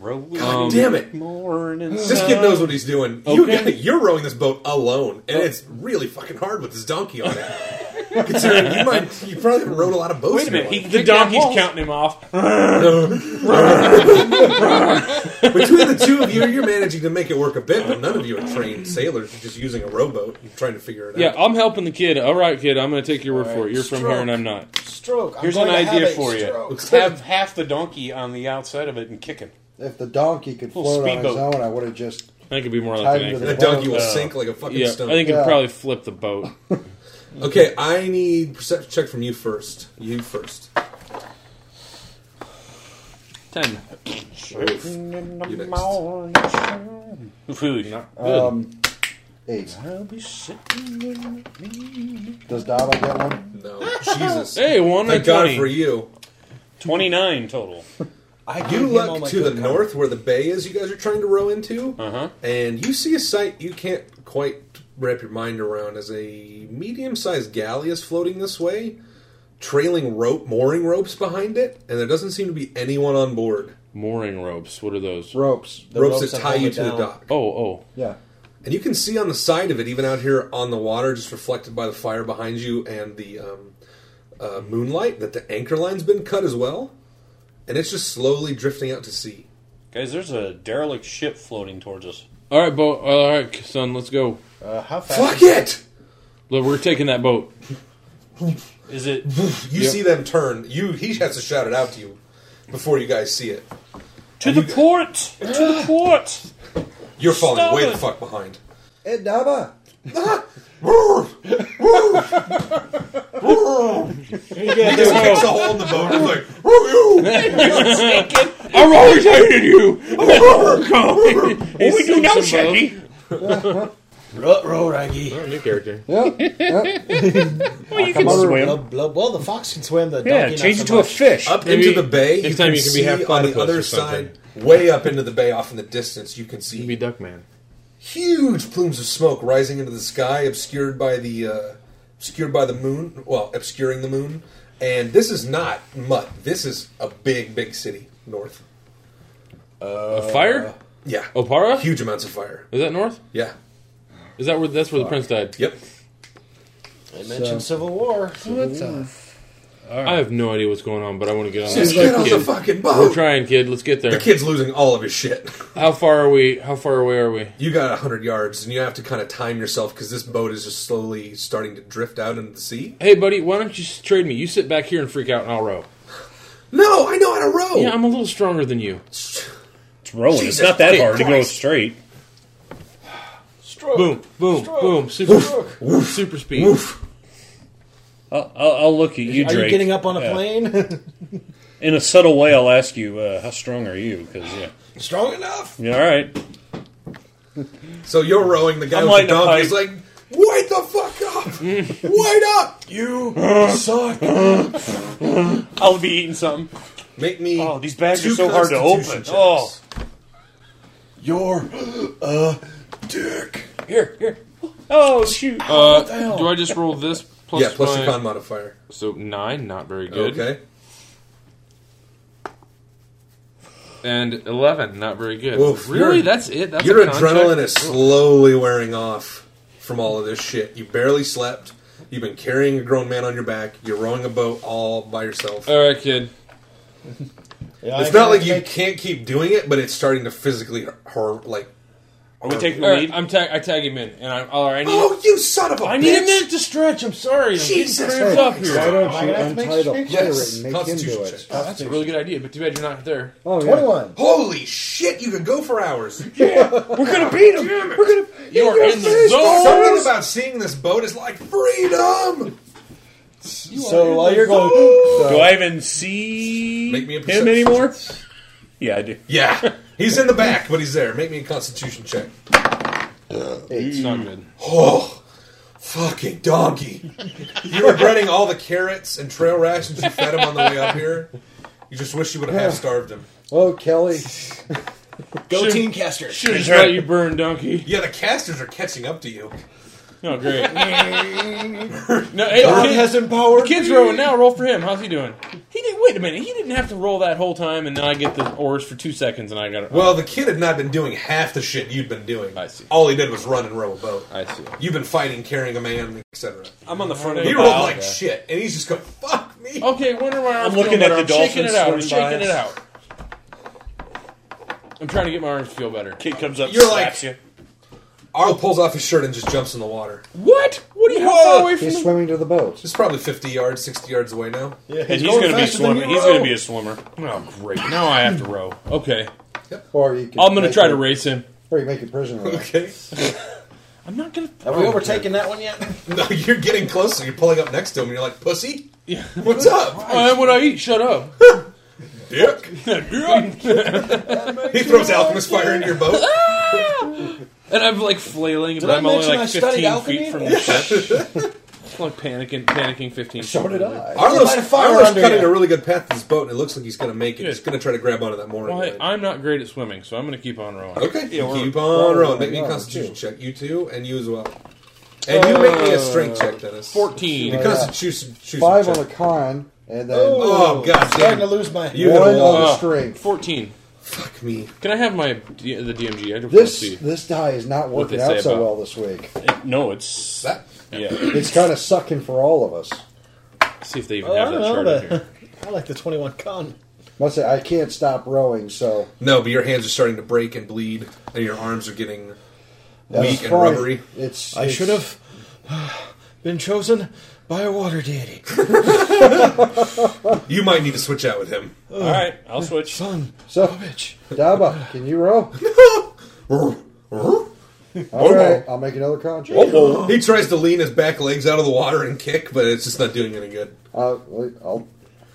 Speaker 6: God damn it!
Speaker 9: Morning.
Speaker 6: This kid knows what he's doing. You,
Speaker 8: Okay.
Speaker 6: you're rowing this boat alone, and it's really fucking hard with this donkey on it. Considering you might, you probably haven't rowed a lot of
Speaker 8: Wait
Speaker 6: boats.
Speaker 8: a
Speaker 6: in your
Speaker 8: minute. He,
Speaker 6: life.
Speaker 8: the donkey's counting him off.
Speaker 6: Between the two of you, you're managing to make it work a bit, but none of you are trained sailors. You're just using a rowboat, and trying to figure it out.
Speaker 8: Yeah, I'm helping the kid. All right, kid. I'm going to take your word for it. You're from here, and I'm not.
Speaker 11: Stroke. I'm
Speaker 9: Here's an
Speaker 11: going to
Speaker 9: idea
Speaker 11: have a
Speaker 9: for you.
Speaker 11: stroke.
Speaker 9: Have half the donkey on the outside of it and kick it.
Speaker 10: if the donkey could
Speaker 9: Little
Speaker 10: float on his
Speaker 9: speedboat.
Speaker 10: own, I would have just.
Speaker 8: I think it'd be more
Speaker 10: Tied
Speaker 8: like an
Speaker 10: to
Speaker 8: anchor.
Speaker 10: the
Speaker 6: The donkey will sink like a fucking
Speaker 8: yeah,
Speaker 6: stone.
Speaker 8: I think it'd
Speaker 10: Yeah.
Speaker 8: probably flip the boat.
Speaker 6: Okay, I need perception check from you first. You first.
Speaker 8: Ten.
Speaker 6: You next.
Speaker 9: Food. Not good.
Speaker 10: Um, eight.
Speaker 9: I'll be sitting in the
Speaker 10: Does Donald get one?
Speaker 6: No, Jesus.
Speaker 8: Hey, one
Speaker 6: Thank
Speaker 8: and
Speaker 6: God
Speaker 8: twenty.
Speaker 6: for you.
Speaker 9: 29 total.
Speaker 11: I give
Speaker 6: You
Speaker 11: him all
Speaker 6: look
Speaker 11: my
Speaker 6: to the
Speaker 11: good karma.
Speaker 6: north where the bay is. You guys are trying to row into,
Speaker 9: Uh-huh.
Speaker 6: and you see a sight you can't quite wrap your mind around. As a medium-sized galley is floating this way, trailing rope, mooring ropes behind it, and there doesn't seem to be anyone on board.
Speaker 8: Mooring ropes. What are those?
Speaker 6: Ropes.
Speaker 8: The
Speaker 6: ropes,
Speaker 8: ropes
Speaker 6: that
Speaker 8: that
Speaker 6: tie
Speaker 8: hold
Speaker 6: you
Speaker 8: it
Speaker 6: to the
Speaker 8: down.
Speaker 6: dock.
Speaker 8: Oh, oh.
Speaker 10: Yeah.
Speaker 6: And you can see on the side of it, even out here on the water, just reflected by the fire behind you and the um, uh, moonlight, that the anchor line's been cut as well. And it's just slowly drifting out to sea.
Speaker 9: Guys, there's a derelict ship floating towards us.
Speaker 8: All right, boat. All right, son. Let's go.
Speaker 7: Uh, how fast?
Speaker 6: Fuck it!
Speaker 8: Look, we're taking that boat.
Speaker 9: Is it?
Speaker 6: You see them turn. You he has to shout it out to you before you guys see it.
Speaker 9: To the port! To the port!
Speaker 6: You're falling
Speaker 9: Stop
Speaker 6: way
Speaker 9: it.
Speaker 6: the fuck behind.
Speaker 10: Ed Daba.
Speaker 6: He just kicks a hole in the boat. He's like,
Speaker 8: I've always hated you.
Speaker 9: What we do now, Shaggy?
Speaker 7: Rut row, Raggy.
Speaker 8: new character.
Speaker 7: Yep.
Speaker 9: Well,
Speaker 8: you can swim.
Speaker 7: Well, the fox can swim. The
Speaker 6: Yeah,
Speaker 7: donkey
Speaker 6: change
Speaker 7: not
Speaker 6: it
Speaker 7: so
Speaker 6: to a
Speaker 7: much.
Speaker 9: fish.
Speaker 6: Up
Speaker 8: Maybe
Speaker 6: into the bay.
Speaker 8: next time you can be
Speaker 6: see
Speaker 8: half
Speaker 6: on
Speaker 8: platypus
Speaker 6: the other
Speaker 8: or something.
Speaker 6: side, way up into the bay, off in the distance. You can see
Speaker 8: be Duckman.
Speaker 6: huge plumes of smoke rising into the sky, obscured by the uh, obscured by the moon. Well, obscuring the moon. And this is not Mutt. This is a big, big city north. Uh,
Speaker 8: A fire?
Speaker 6: Yeah.
Speaker 8: Opara?
Speaker 6: Huge amounts of fire.
Speaker 8: Is that north?
Speaker 6: Yeah.
Speaker 8: Is that where? That's where the
Speaker 6: Fuck.
Speaker 8: prince died.
Speaker 6: Yep.
Speaker 7: They mentioned Civil War.
Speaker 12: What the?
Speaker 8: I have no idea what's going on, but I want to get on. that
Speaker 6: Just get
Speaker 8: ship,
Speaker 6: on the
Speaker 8: kid.
Speaker 6: fucking boat.
Speaker 8: We're trying, kid. Let's get there.
Speaker 6: The kid's losing all of his shit.
Speaker 8: How far are we? How far away are we?
Speaker 6: You got 100 yards, and you have to kind of time yourself because this boat is just slowly starting to drift out into the sea.
Speaker 8: Hey, buddy, why don't you s- trade me? You sit back here and freak out, and I'll row.
Speaker 6: No, I know how to row.
Speaker 8: Yeah, I'm a little stronger than you.
Speaker 6: It's
Speaker 9: rolling. it's not that hard to go straight.
Speaker 8: Stroke. Boom, boom, boom. Super, super speed.
Speaker 9: I'll, I'll, I'll look at you,
Speaker 7: Are you
Speaker 9: Drake.
Speaker 7: getting up on a
Speaker 9: Yeah.
Speaker 7: plane?
Speaker 9: In a subtle way, I'll ask you, uh, how strong are you? Because yeah,
Speaker 6: Strong enough.
Speaker 9: yeah, all right.
Speaker 6: So you're rowing. The guy
Speaker 9: I'm
Speaker 6: with the
Speaker 9: lighting a
Speaker 6: donkey is like,
Speaker 9: pipe.
Speaker 6: "Wait the fuck up! Wait up! You suck!"
Speaker 9: I'll be eating something.
Speaker 6: Make me.
Speaker 9: Oh, these bags are
Speaker 6: two
Speaker 9: so hard to open.
Speaker 6: constitution
Speaker 9: Oh,
Speaker 10: You're a dick.
Speaker 9: here, here. Oh shoot!
Speaker 6: Ah,
Speaker 9: What the
Speaker 8: Uh,
Speaker 9: hell?
Speaker 8: do I just roll this plus?
Speaker 6: yeah, plus
Speaker 8: my-
Speaker 6: your con modifier.
Speaker 8: So nine, not very good.
Speaker 6: Okay.
Speaker 8: And eleven, not very good.
Speaker 6: Oof,
Speaker 8: really?
Speaker 6: your-
Speaker 8: That's it. That's
Speaker 6: your
Speaker 8: a contract?
Speaker 6: adrenaline is slowly wearing off from all of this shit. You barely slept. You've been carrying a grown man on your back. You're rowing a boat all by yourself.
Speaker 8: All right, kid.
Speaker 7: Yeah,
Speaker 6: it's
Speaker 7: I
Speaker 6: not like
Speaker 7: can
Speaker 6: you
Speaker 7: make-
Speaker 6: can't keep doing it, but it's starting to physically hurt. Like,
Speaker 8: Are we taking
Speaker 6: the
Speaker 8: lead? I'm tag. I tag him in, and I'm. All right. I need,
Speaker 6: oh, you son of a!
Speaker 8: I need a
Speaker 6: bitch!
Speaker 8: minute to stretch. I'm sorry. I'm
Speaker 6: Jesus
Speaker 8: getting cramped up
Speaker 6: Christ.
Speaker 8: here.
Speaker 6: Why don't you
Speaker 8: Am I gonna have to
Speaker 10: untie
Speaker 8: make
Speaker 10: the
Speaker 8: strength?
Speaker 10: pirate and make him
Speaker 8: Constitution
Speaker 10: do it?
Speaker 8: check. Oh, that's a really good idea, but too bad you're not there.
Speaker 10: Oh, yeah.
Speaker 6: Holy shit! You could go for hours.
Speaker 9: We're gonna beat him. We're gonna.
Speaker 8: You are in the
Speaker 6: Something
Speaker 8: zone.
Speaker 6: about seeing this boat is like freedom.
Speaker 7: So while you're going,
Speaker 9: Do I even see
Speaker 6: Make me a
Speaker 9: him
Speaker 6: perception.
Speaker 9: anymore? Yeah, I do.
Speaker 6: Yeah, he's in the back, but he's there. Make me a Constitution check.
Speaker 8: It's not good.
Speaker 6: Oh, fucking donkey! You're regretting all the carrots and trail rations you fed him on the way up here. You just wish you would have half starved him.
Speaker 10: Oh, Kelly.
Speaker 7: go team caster.
Speaker 8: Should have let you burn, donkey.
Speaker 6: Yeah, the casters are catching up to you.
Speaker 9: Oh,
Speaker 8: No, great. no, hey, the kid,
Speaker 7: empowered.
Speaker 8: the kid's rolling now. Roll for him. How's he doing? He didn't. Wait a minute. He didn't have to roll that whole time, and then I get the oars for two seconds, and I got it.
Speaker 6: Well, the kid had not been doing half the shit you'd been doing. I
Speaker 8: see.
Speaker 6: All he did was run and row a boat.
Speaker 8: I see. Oh,
Speaker 6: You've been fighting, carrying a man, etc.
Speaker 9: I'm on the front
Speaker 6: He rolled like shit, and he's just going, "Fuck me."
Speaker 8: Okay, wonder why I'm,
Speaker 9: I'm looking at the
Speaker 8: I'm shaking
Speaker 9: dolphins
Speaker 8: it out. I'm
Speaker 9: swimming by
Speaker 8: shaking it
Speaker 9: us.
Speaker 8: out. I'm trying to get my arms to feel better.
Speaker 9: Kid comes up,
Speaker 6: You're
Speaker 9: slaps
Speaker 6: like-
Speaker 9: you.
Speaker 6: Arl pulls off his shirt and just jumps in the water.
Speaker 8: What? What are you how far away from
Speaker 10: He's
Speaker 8: me?
Speaker 10: swimming to the boat.
Speaker 6: It's probably 50 yards, 60 yards away now.
Speaker 7: Yeah,
Speaker 9: And he's gonna be swimming. He's gonna be a swimmer.
Speaker 8: Oh, great. Now I have to row. Okay.
Speaker 10: Or you could
Speaker 8: I'm going to
Speaker 10: make
Speaker 8: try
Speaker 10: it-
Speaker 8: to race him.
Speaker 10: Or you make it prisoner.
Speaker 6: Okay.
Speaker 8: I'm not going to.
Speaker 7: Have we overtaken that one yet?
Speaker 6: No, you're getting closer. You're pulling up next to him, and you're like, "Pussy, what's up,
Speaker 8: Uh, what I eat? Shut up.
Speaker 6: dick?" he throws alchemist fire into your boat.
Speaker 8: And I'm like flailing,
Speaker 7: Did
Speaker 8: but
Speaker 7: I
Speaker 8: I'm only
Speaker 7: mention I
Speaker 8: like
Speaker 7: studied
Speaker 8: 15
Speaker 7: alchemy?
Speaker 8: feet from the ship. I'm like panicking, panicking 15
Speaker 10: So
Speaker 8: feet.
Speaker 10: did I.
Speaker 6: Arlo's,
Speaker 7: Light a fire
Speaker 6: Arlo's
Speaker 7: under
Speaker 6: cutting
Speaker 7: you.
Speaker 6: a really good path to this boat, and it looks like he's going to make it. He's
Speaker 8: Good.
Speaker 6: going to try to grab onto that mooring
Speaker 8: Well, hey,
Speaker 6: line.
Speaker 8: I'm not great at swimming, so I'm going to keep on rowing.
Speaker 6: Okay,
Speaker 9: Yeah, we're-
Speaker 6: keep on
Speaker 10: we're
Speaker 6: rolling.
Speaker 10: on
Speaker 6: Make me a
Speaker 10: that
Speaker 6: constitution check. You too, and you as well. And you make me a strength
Speaker 8: Uh,
Speaker 6: check, Dennis.
Speaker 8: 14.
Speaker 6: The Constitution. choose
Speaker 10: Five on the con, and then
Speaker 6: Oh, God damn.
Speaker 10: starting to lose my
Speaker 8: You
Speaker 10: one
Speaker 8: hit a
Speaker 10: on
Speaker 8: wall.
Speaker 10: the strength.
Speaker 8: Fourteen.
Speaker 6: Fuck me.
Speaker 8: Can I have my D- the DMG? I just
Speaker 10: This
Speaker 8: wanna see.
Speaker 10: this die is not
Speaker 8: What they
Speaker 10: working
Speaker 8: say
Speaker 10: out so
Speaker 8: about-
Speaker 10: well this week.
Speaker 9: no, it's
Speaker 6: that.
Speaker 9: Yeah.
Speaker 10: It's kind of sucking for all of us.
Speaker 8: See if they even
Speaker 10: Oh,
Speaker 8: have
Speaker 10: I
Speaker 8: that
Speaker 10: don't
Speaker 8: chart
Speaker 10: know
Speaker 8: in
Speaker 10: that.
Speaker 8: here.
Speaker 6: I like the 21 con.
Speaker 10: Must say I can't stop rowing, so
Speaker 6: No, but your hands are starting to break and bleed, and your arms are getting
Speaker 10: That was
Speaker 6: weak and
Speaker 10: fine.
Speaker 6: rubbery.
Speaker 10: It's-
Speaker 13: I should have been chosen by a water deity.
Speaker 6: You might need to switch out with him.
Speaker 9: All right, I'll switch.
Speaker 13: Son,
Speaker 10: so bitch. Daba, can you row? all right, I'll make another con check.
Speaker 6: He tries to lean his back legs out of the water and kick, but it's just not doing any good.
Speaker 10: Uh, wait, I'll,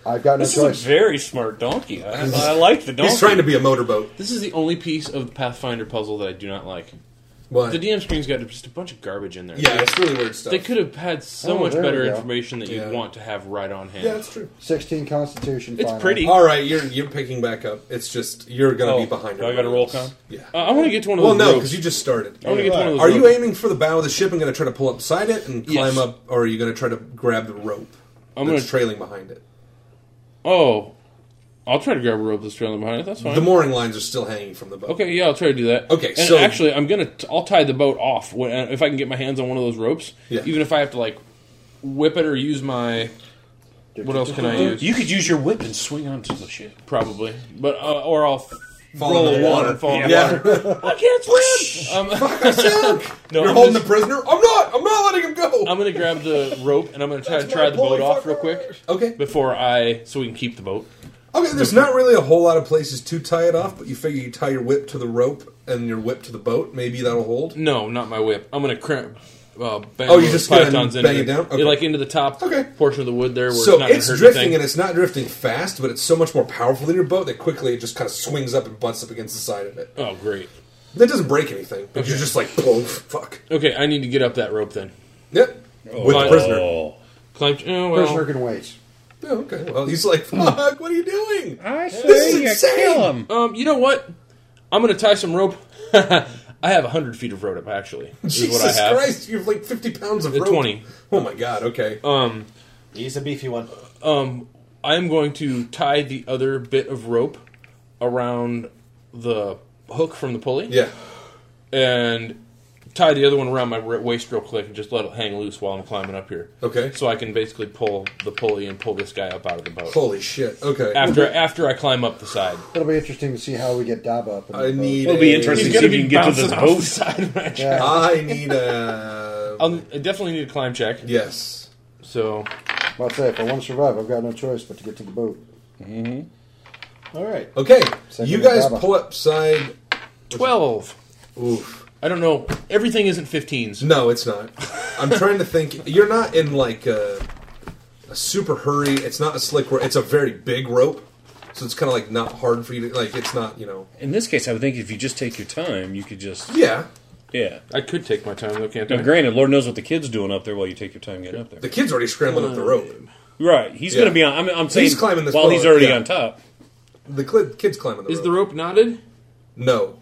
Speaker 10: I've got no
Speaker 9: This
Speaker 10: choice.
Speaker 9: is a very smart donkey. I, I like the donkey.
Speaker 6: motorboat.
Speaker 8: This is the only piece of Pathfinder puzzle that I do not like.
Speaker 6: What?
Speaker 8: The DM screen's got just a bunch of garbage in there.
Speaker 6: Yeah, it's really weird stuff.
Speaker 8: They could have had so
Speaker 10: Oh,
Speaker 8: much
Speaker 10: there we
Speaker 8: better
Speaker 10: go.
Speaker 8: information that you would want to have right on hand.
Speaker 6: true.
Speaker 10: Sixteen Constitution. finally.
Speaker 6: All right, you're you're picking back up. It's just you're going to
Speaker 8: Oh,
Speaker 6: be behind.
Speaker 8: do I
Speaker 6: everyone
Speaker 8: gotta roll
Speaker 6: else.
Speaker 8: con? Oh,
Speaker 6: Yeah.
Speaker 8: Uh, I wanna get to one of
Speaker 6: well,
Speaker 8: those
Speaker 6: no,
Speaker 8: ropes.
Speaker 6: because you just started.
Speaker 8: I wanna get to one of those
Speaker 6: Are you
Speaker 8: ropes.
Speaker 6: aiming for the bow of the ship and going to try to pull up beside it and climb
Speaker 8: Yes.
Speaker 6: up, or are you going to try to grab the rope
Speaker 8: I'm
Speaker 6: that's
Speaker 8: gonna-
Speaker 6: trailing behind it?
Speaker 8: Oh, I'll try to grab a rope that's trailing behind it. That's fine.
Speaker 6: The mooring lines are still hanging from the boat.
Speaker 8: Okay, yeah, I'll try to do that.
Speaker 6: Okay,
Speaker 8: and
Speaker 6: so-
Speaker 8: actually, I'm gonna t- I'll tie the boat off when, uh, if I can get my hands on one of those ropes.
Speaker 9: Yeah.
Speaker 8: Even if I have to like whip it or use my what else can I use?
Speaker 9: You could use your whip and swing onto the ship.
Speaker 8: Probably, but uh, or I'll f-
Speaker 9: Fall
Speaker 8: roll
Speaker 9: into the water.
Speaker 8: and fall in
Speaker 9: Yeah.
Speaker 8: the water. I can't swim. Um, no,
Speaker 6: You're
Speaker 8: I'm
Speaker 6: holding
Speaker 8: just-
Speaker 6: the prisoner. I'm not. I'm not letting him go.
Speaker 8: I'm gonna grab the rope and I'm gonna try to
Speaker 6: That's
Speaker 8: try
Speaker 6: my
Speaker 8: the boat
Speaker 6: boy,
Speaker 8: off real quick.
Speaker 6: Okay.
Speaker 8: Before I, so we can keep the boat.
Speaker 6: Okay, there's not really a whole lot of places to tie it off, but you figure you tie your whip to the rope and your whip to the boat. Maybe that'll hold.
Speaker 8: No, not my whip. I'm gonna cramp. Uh, bang
Speaker 6: Oh, you're
Speaker 8: those
Speaker 6: just gonna
Speaker 8: pythons
Speaker 6: bang
Speaker 8: into
Speaker 6: it down?
Speaker 8: the-
Speaker 6: Okay.
Speaker 8: like into the top portion of the wood there. Where
Speaker 6: So
Speaker 8: it's, not
Speaker 6: it's
Speaker 8: gonna hurt
Speaker 6: drifting,
Speaker 8: anything.
Speaker 6: and it's not drifting fast, but it's so much more powerful than your boat that quickly it just kind of swings up and butts up against the side of it.
Speaker 8: Oh, great!
Speaker 6: That doesn't break anything, but you're
Speaker 8: Okay.
Speaker 6: just like, "Poof, fuck.
Speaker 8: Okay, I need to get up that rope then.
Speaker 6: Yep.
Speaker 9: Oh.
Speaker 6: With the prisoner.
Speaker 8: Climb. Oh, well.
Speaker 10: Prisoner can wait.
Speaker 6: Yeah, okay. Well, he's like,
Speaker 8: Hmm.
Speaker 6: fuck, what are you doing?
Speaker 9: I say
Speaker 6: this is insane.
Speaker 8: Um, you know what? I'm gonna tie some rope. I have hundred feet of rope actually. Is
Speaker 6: Jesus
Speaker 8: what I have.
Speaker 6: Christ, you have like 50 pounds of
Speaker 8: Uh,
Speaker 6: rope.
Speaker 8: Twenty.
Speaker 6: Oh my god. Okay.
Speaker 8: Um,
Speaker 7: he's a beefy one.
Speaker 8: Um, I'm going to tie the other bit of rope around the hook from the pulley.
Speaker 6: Yeah.
Speaker 8: And tie the other one around my wa- waist real quick and just let it hang loose while I'm climbing up here.
Speaker 6: Okay.
Speaker 8: So I can basically pull the pulley and pull this guy up out of the boat.
Speaker 6: Holy shit. Okay.
Speaker 8: After after I climb up the side.
Speaker 10: It'll be interesting to see how we get Daba up. in
Speaker 6: I
Speaker 10: the boat.
Speaker 6: need. a-
Speaker 8: boat side. when I try.
Speaker 10: Yeah.
Speaker 6: I need a.
Speaker 8: I'll, I definitely need a climb check.
Speaker 6: Yes.
Speaker 8: So
Speaker 10: I'll say if I want to survive, I've got no choice but to get to the boat. Mm-hmm. All right.
Speaker 6: Okay,
Speaker 10: Second
Speaker 6: you guys
Speaker 10: Daba.
Speaker 6: pull up side.
Speaker 8: Twelve.
Speaker 6: Oof.
Speaker 8: I don't know. Everything isn't 15s.
Speaker 6: No, it's not. I'm trying to think. You're not in like a, a super hurry. It's not a slick rope. It's a very big rope, so it's kind of like not hard for you to like. It's not you know.
Speaker 9: In this case, I would think if you just take your time, you could just
Speaker 6: Yeah.
Speaker 9: yeah.
Speaker 8: I could take my time though, can't
Speaker 9: Now,
Speaker 8: I?
Speaker 9: granted, Lord knows what the kid's doing up there while you take your time getting up there.
Speaker 6: The kid's already scrambling up the rope.
Speaker 9: Right, he's
Speaker 6: Yeah.
Speaker 9: going to be on. I'm, I'm saying
Speaker 6: he's climbing this
Speaker 9: while he's
Speaker 6: pole,
Speaker 9: already
Speaker 6: yeah.
Speaker 9: on top.
Speaker 6: The kid, kid's climbing the
Speaker 8: Is
Speaker 6: rope.
Speaker 8: the rope knotted?
Speaker 6: no.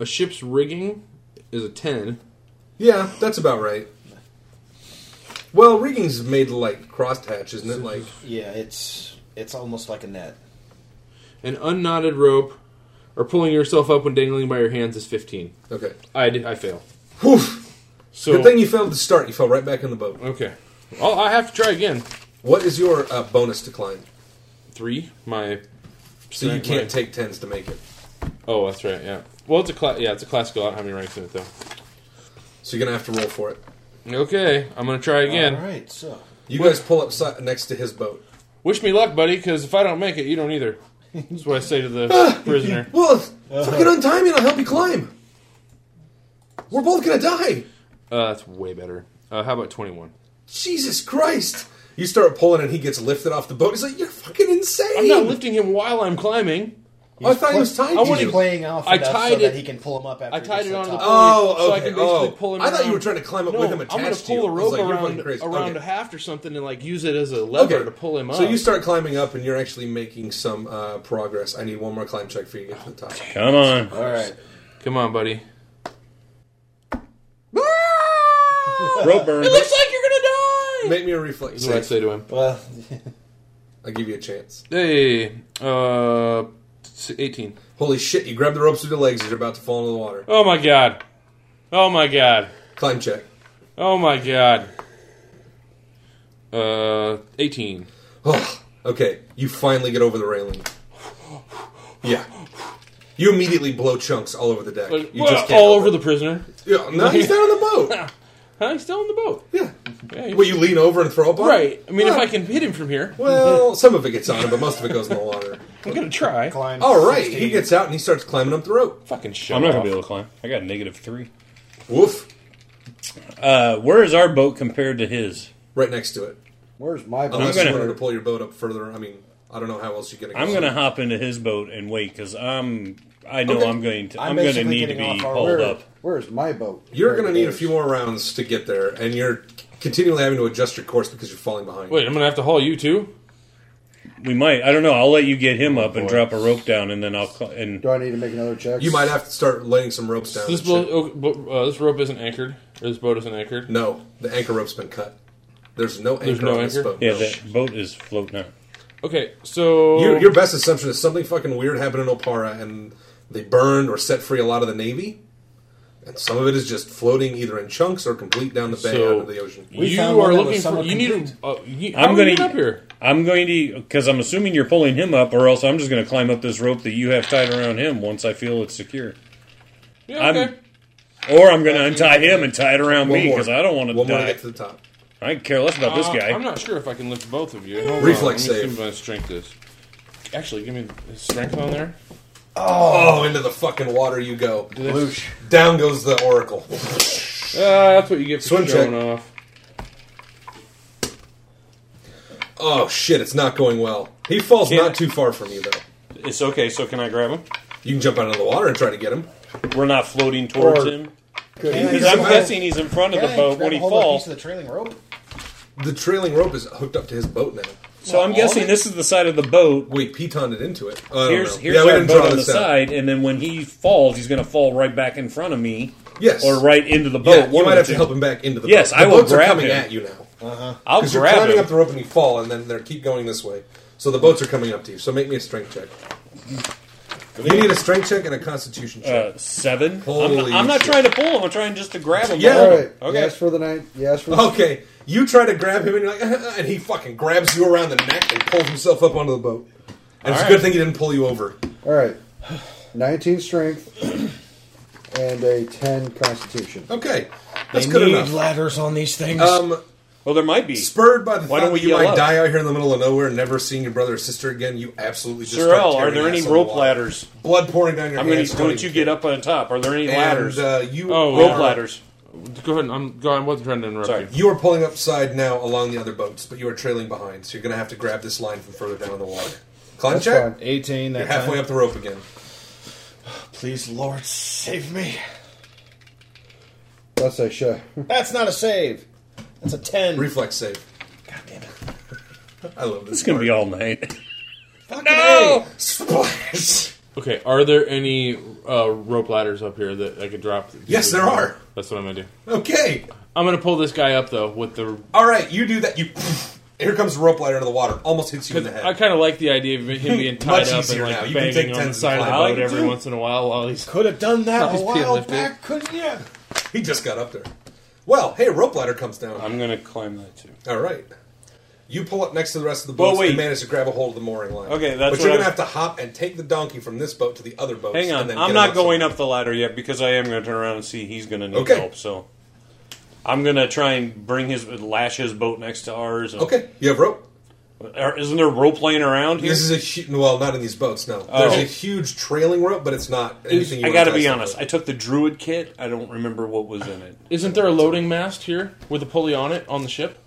Speaker 8: A ship's rigging is a 10.
Speaker 6: Yeah, that's about right. Well, rigging's made like crosshatch, isn't it? Like
Speaker 7: yeah, it's it's almost like a net.
Speaker 8: An unknotted rope or pulling yourself up when dangling by your hands is 15.
Speaker 6: Okay.
Speaker 8: I, did, I fail.
Speaker 6: Whew.
Speaker 8: So,
Speaker 6: Good thing you failed to start. You fell right back in the boat.
Speaker 8: Okay. Well, I have to try again.
Speaker 6: What is your uh, bonus to climb?
Speaker 8: Three. My.
Speaker 6: So you
Speaker 8: Right,
Speaker 6: can't
Speaker 8: right.
Speaker 6: take tens to make it.
Speaker 8: Oh, that's right, yeah. Well, it's a cla- yeah, it's a classical. I don't have any ranks in it, though.
Speaker 6: So you're gonna have to roll for it.
Speaker 8: Okay, I'm going to try again.
Speaker 7: All right, so
Speaker 6: You
Speaker 8: What-
Speaker 6: guys pull up si- next to his boat.
Speaker 8: Wish me luck, buddy, because if I don't make it, you don't either. That's what I say to the prisoner.
Speaker 6: Well,
Speaker 8: uh,
Speaker 6: fucking untie me and I'll help you climb. We're both gonna die.
Speaker 8: Uh, that's way better. Uh, how about 21?
Speaker 6: Jesus Christ! You start pulling and he gets lifted off the boat. He's like, "You're fucking insane."
Speaker 8: I'm not lifting him while I'm climbing.
Speaker 6: I thought he was tied.
Speaker 8: I
Speaker 6: to
Speaker 8: wanted-
Speaker 6: you.
Speaker 7: playing off.
Speaker 8: I
Speaker 7: enough
Speaker 8: tied
Speaker 7: so
Speaker 8: it.
Speaker 7: that he can pull him up. After
Speaker 8: I tied
Speaker 7: he gets
Speaker 8: it
Speaker 7: to
Speaker 8: on
Speaker 7: the
Speaker 8: the
Speaker 7: top.
Speaker 8: pulley,
Speaker 6: Oh,
Speaker 8: so I can
Speaker 6: okay.
Speaker 8: basically
Speaker 6: Oh.
Speaker 8: pull him.
Speaker 6: I thought you
Speaker 8: around.
Speaker 6: were trying to climb up
Speaker 8: no,
Speaker 6: with him
Speaker 8: I'm gonna
Speaker 6: attached to
Speaker 8: pull
Speaker 6: you.
Speaker 8: a
Speaker 6: I was
Speaker 8: rope
Speaker 6: like, you're
Speaker 8: around,
Speaker 6: fucking crazy.
Speaker 8: around
Speaker 6: Okay.
Speaker 8: a haft or something, and like use it as a lever to pull him up.
Speaker 6: So you start climbing up and you're actually making some uh, progress. I need one more climb check for you to get to the top.
Speaker 9: Come on.
Speaker 7: All right.
Speaker 8: Come on, buddy.
Speaker 6: Rope burn.
Speaker 8: It looks like you're gonna die.
Speaker 6: Make me a reflex.
Speaker 8: That's what I say to him.
Speaker 6: Well, I give you a chance.
Speaker 8: Hey, uh, s- 18.
Speaker 6: Holy shit! You grab the ropes through the legs. You're about to fall into the water.
Speaker 8: Oh my god. Oh my god.
Speaker 6: Climb check.
Speaker 8: Oh my god. Uh, 18.
Speaker 6: Oh, okay. You finally get over the railing. Yeah. You immediately blow chunks all over the deck.
Speaker 8: Like,
Speaker 6: you
Speaker 8: well,
Speaker 6: just
Speaker 8: all over the prisoner.
Speaker 6: Yeah, no, he's not on the boat.
Speaker 8: Huh? He's still on the boat.
Speaker 6: Yeah. Will you lean over and throw up on him?
Speaker 8: Right. I mean, if
Speaker 6: Huh.
Speaker 8: I can hit him from here.
Speaker 6: Well, some of it gets on him, but most of it goes in the water.
Speaker 9: I'm gonna try.
Speaker 8: Climb
Speaker 6: All right, he gets out and he starts climbing up the rope.
Speaker 8: Fucking shit.
Speaker 9: I'm not gonna be able to climb. I got a negative three.
Speaker 6: Woof.
Speaker 9: Uh, where is our boat compared to his?
Speaker 6: Right next to it.
Speaker 10: Where's my boat?
Speaker 6: Unless
Speaker 9: I'm
Speaker 6: you
Speaker 9: gonna-
Speaker 6: wanted to pull your boat up further. I mean, I don't know how else you get.
Speaker 9: I'm gonna hop into his boat and wait because I'm. I know
Speaker 6: Okay.
Speaker 9: I'm going to. I'm,
Speaker 6: I'm
Speaker 9: gonna
Speaker 6: basically
Speaker 9: need to
Speaker 6: getting
Speaker 9: be
Speaker 6: off our
Speaker 9: hauled
Speaker 6: word.
Speaker 9: up.
Speaker 10: Where's my boat?
Speaker 6: You're
Speaker 10: Where
Speaker 6: going to
Speaker 10: it
Speaker 6: need a
Speaker 10: is?
Speaker 6: few more rounds to get there, and you're continually having to adjust your course because you're falling behind.
Speaker 8: Wait, I'm gonna have to haul you too.
Speaker 9: We might. I don't know. I'll let you get him up and
Speaker 6: Oh, boy.
Speaker 9: drop a rope down, and then I'll. Cl- and
Speaker 10: Do I need to make another check?
Speaker 6: You might have to start laying some ropes down.
Speaker 8: So this,
Speaker 6: and shit.
Speaker 8: boat, oh, bo- uh, this rope isn't anchored. Or this boat isn't anchored.
Speaker 6: No, the anchor rope's been cut. There's no anchor
Speaker 8: There's no
Speaker 6: on this
Speaker 8: anchor?
Speaker 6: boat.
Speaker 9: yeah,
Speaker 6: No.
Speaker 9: that boat is floating out.
Speaker 8: Okay, so
Speaker 6: Your, your best assumption is something fucking weird happened in Opara, and they burned or set free a lot of the navy, and some of it is just floating either in chunks or complete down the bay
Speaker 8: So
Speaker 6: out of the ocean.
Speaker 8: you are looking for. You need. Uh, you, I'm gonna get up here.
Speaker 9: I'm going to because I'm assuming you're pulling him up, or else I'm just going to climb up this rope that you have tied around him. Once I feel it's secure,
Speaker 8: Yeah, okay.
Speaker 9: I'm, or I'm going to untie him and tie it around
Speaker 6: One
Speaker 9: me
Speaker 6: more.
Speaker 9: because I don't want to
Speaker 6: One more to
Speaker 9: die.
Speaker 6: get to the top.
Speaker 9: I could care less about this
Speaker 8: Uh,
Speaker 9: guy.
Speaker 8: I'm not sure if I can lift both of you. Hold on,
Speaker 6: Reflex
Speaker 8: let me
Speaker 6: save.
Speaker 8: See what my strength is. Actually, give me the strength on there.
Speaker 6: Oh, into the fucking water you go.
Speaker 8: this. Whoosh.
Speaker 6: Down goes the oracle.
Speaker 8: Uh, that's what you get for
Speaker 6: Swim
Speaker 8: showing
Speaker 6: check.
Speaker 8: off.
Speaker 6: Oh shit, it's not going well. He falls
Speaker 9: Can't-
Speaker 6: not too far from you though.
Speaker 9: It's okay. So can I grab him?
Speaker 6: You can jump out of the water and try to get him.
Speaker 9: We're not floating towards
Speaker 6: Or-
Speaker 9: him.
Speaker 6: Good.
Speaker 9: Because
Speaker 6: Yeah,
Speaker 9: I'm
Speaker 6: he's-
Speaker 9: guessing he's in front of the
Speaker 7: Yeah,
Speaker 9: boat
Speaker 7: grab
Speaker 9: when he
Speaker 7: a hold of a
Speaker 9: falls.
Speaker 7: piece of the trailing rope.
Speaker 6: The trailing rope is hooked up to his boat now.
Speaker 9: So I'm guessing this is the side of the boat.
Speaker 6: We pitoned it into it. I don't
Speaker 9: Here's
Speaker 6: know.
Speaker 9: here's
Speaker 6: Yeah, we
Speaker 9: our
Speaker 6: didn't
Speaker 9: boat
Speaker 6: draw
Speaker 9: on the
Speaker 6: this out.
Speaker 9: side, and then when he falls, he's going to fall right back in front of me.
Speaker 6: Yes.
Speaker 9: or right into the boat.
Speaker 6: Yeah, you
Speaker 9: one of
Speaker 6: might
Speaker 9: the
Speaker 6: have to
Speaker 9: two.
Speaker 6: help him back into the
Speaker 9: yes,
Speaker 6: boat.
Speaker 9: I
Speaker 6: The
Speaker 9: will
Speaker 6: boats are
Speaker 9: grab
Speaker 6: coming
Speaker 9: him.
Speaker 6: at you now.
Speaker 7: Uh-huh.
Speaker 9: I'll
Speaker 6: 'Cause you're
Speaker 9: grab
Speaker 6: climbing
Speaker 9: him.
Speaker 6: up the rope and you fall, and then they keep going this way. So the boats are coming up to you. So make me a strength check. You need a strength check and a constitution check.
Speaker 9: Uh, seven. I'm not,
Speaker 6: Holy
Speaker 9: I'm not
Speaker 6: shit.
Speaker 9: trying to pull him. I'm trying just to grab him.
Speaker 6: Yeah.
Speaker 9: Hold him.
Speaker 6: All right.
Speaker 9: Okay.
Speaker 10: Yes for the night. Yes for the
Speaker 6: Okay, you try to grab him, and you're like, and he fucking grabs you around the neck and pulls himself up onto the boat. And it's
Speaker 9: All
Speaker 6: a good
Speaker 9: right.
Speaker 6: thing he didn't pull you over.
Speaker 10: All right. 19 strength and a 10 constitution.
Speaker 6: Okay,
Speaker 10: They
Speaker 6: that's good
Speaker 10: need
Speaker 6: enough.
Speaker 7: Ladders on these things.
Speaker 6: Um,
Speaker 9: well, there might be.
Speaker 6: Spurred by the
Speaker 9: Why
Speaker 6: thought
Speaker 9: don't we
Speaker 6: that you
Speaker 9: yell
Speaker 6: might
Speaker 9: out?
Speaker 6: die out here in the middle of nowhere, never seeing your brother or sister again, you absolutely just.
Speaker 9: Sorrel,
Speaker 6: start
Speaker 9: are
Speaker 6: tearing
Speaker 9: there any
Speaker 6: ass on the
Speaker 9: rope
Speaker 6: water.
Speaker 9: ladders?
Speaker 6: Blood pouring down your
Speaker 9: I'm going
Speaker 6: hands.
Speaker 9: to.
Speaker 6: don't
Speaker 9: Don't
Speaker 6: even
Speaker 9: you get up on top? Are there any
Speaker 6: And,
Speaker 9: ladders?
Speaker 6: uh, you
Speaker 8: Oh,
Speaker 9: rope
Speaker 8: yeah.
Speaker 9: ladders.
Speaker 8: Go ahead. I'm. Go, I wasn't trying to interrupt you.
Speaker 6: You are pulling upside now along the other boats, but you are trailing behind, so you're going to have to grab this line from further down in the water. Climb
Speaker 7: That's
Speaker 6: check.
Speaker 7: fine. 18 that
Speaker 6: You're halfway
Speaker 7: time.
Speaker 6: up the rope again.
Speaker 7: Please, Lord, save me.
Speaker 10: Let's say sure.
Speaker 7: That's not a save. That's a 10.
Speaker 6: Reflex save. God damn it. I love this.
Speaker 9: This is going to be all night.
Speaker 6: No! Splash!
Speaker 8: Okay. Are there any uh, rope ladders up here that I could drop?
Speaker 6: Yes, there are.
Speaker 8: That's what I'm gonna do.
Speaker 6: Okay.
Speaker 8: I'm gonna pull this guy up though with the.
Speaker 6: All right, you do that. You. Here comes the rope ladder into the water. Almost hits you in the head.
Speaker 8: I kind of like the idea of him being tied
Speaker 6: Much
Speaker 8: up and
Speaker 6: easier now.
Speaker 8: like
Speaker 6: You can take
Speaker 8: banging on the
Speaker 6: tens
Speaker 8: side of
Speaker 6: and
Speaker 8: the
Speaker 6: climb. I like
Speaker 8: boat
Speaker 6: it,
Speaker 8: every
Speaker 6: too.
Speaker 8: once in a while while he's
Speaker 7: Could have done that
Speaker 8: He's
Speaker 7: a
Speaker 8: being
Speaker 7: while
Speaker 8: lifted.
Speaker 7: back, couldn't you?
Speaker 6: He just got up there. Well, hey, rope ladder comes down.
Speaker 9: I'm going to climb that too.
Speaker 6: All right. You pull up next to the rest of the
Speaker 9: Well,
Speaker 6: boats
Speaker 9: wait.
Speaker 6: and manage to grab a hold of the mooring line.
Speaker 9: Okay, that's
Speaker 6: But you're
Speaker 9: what
Speaker 6: gonna
Speaker 9: I-
Speaker 6: have to hop and take the donkey from this boat to the other boat.
Speaker 9: Hang on.
Speaker 6: and then
Speaker 9: I'm
Speaker 6: get
Speaker 9: not
Speaker 6: him
Speaker 9: going up the ladder yet because I am going to turn around and see he's going to need
Speaker 6: Okay.
Speaker 9: help. So I'm going to try and bring his lash his boat next to ours. And,
Speaker 6: Okay, you have rope.
Speaker 9: Are- Isn't there rope laying around here?
Speaker 6: This is a hu- well, not in these boats. No,
Speaker 9: Oh.
Speaker 6: there's a huge trailing rope, but it's not anything. you
Speaker 9: I
Speaker 6: wanna
Speaker 9: got to
Speaker 6: tie
Speaker 9: be
Speaker 6: stuff
Speaker 9: honest.
Speaker 6: with.
Speaker 9: I took the druid kit. I don't remember what was in it.
Speaker 8: Isn't there a loading mast here with a pulley on it on the ship,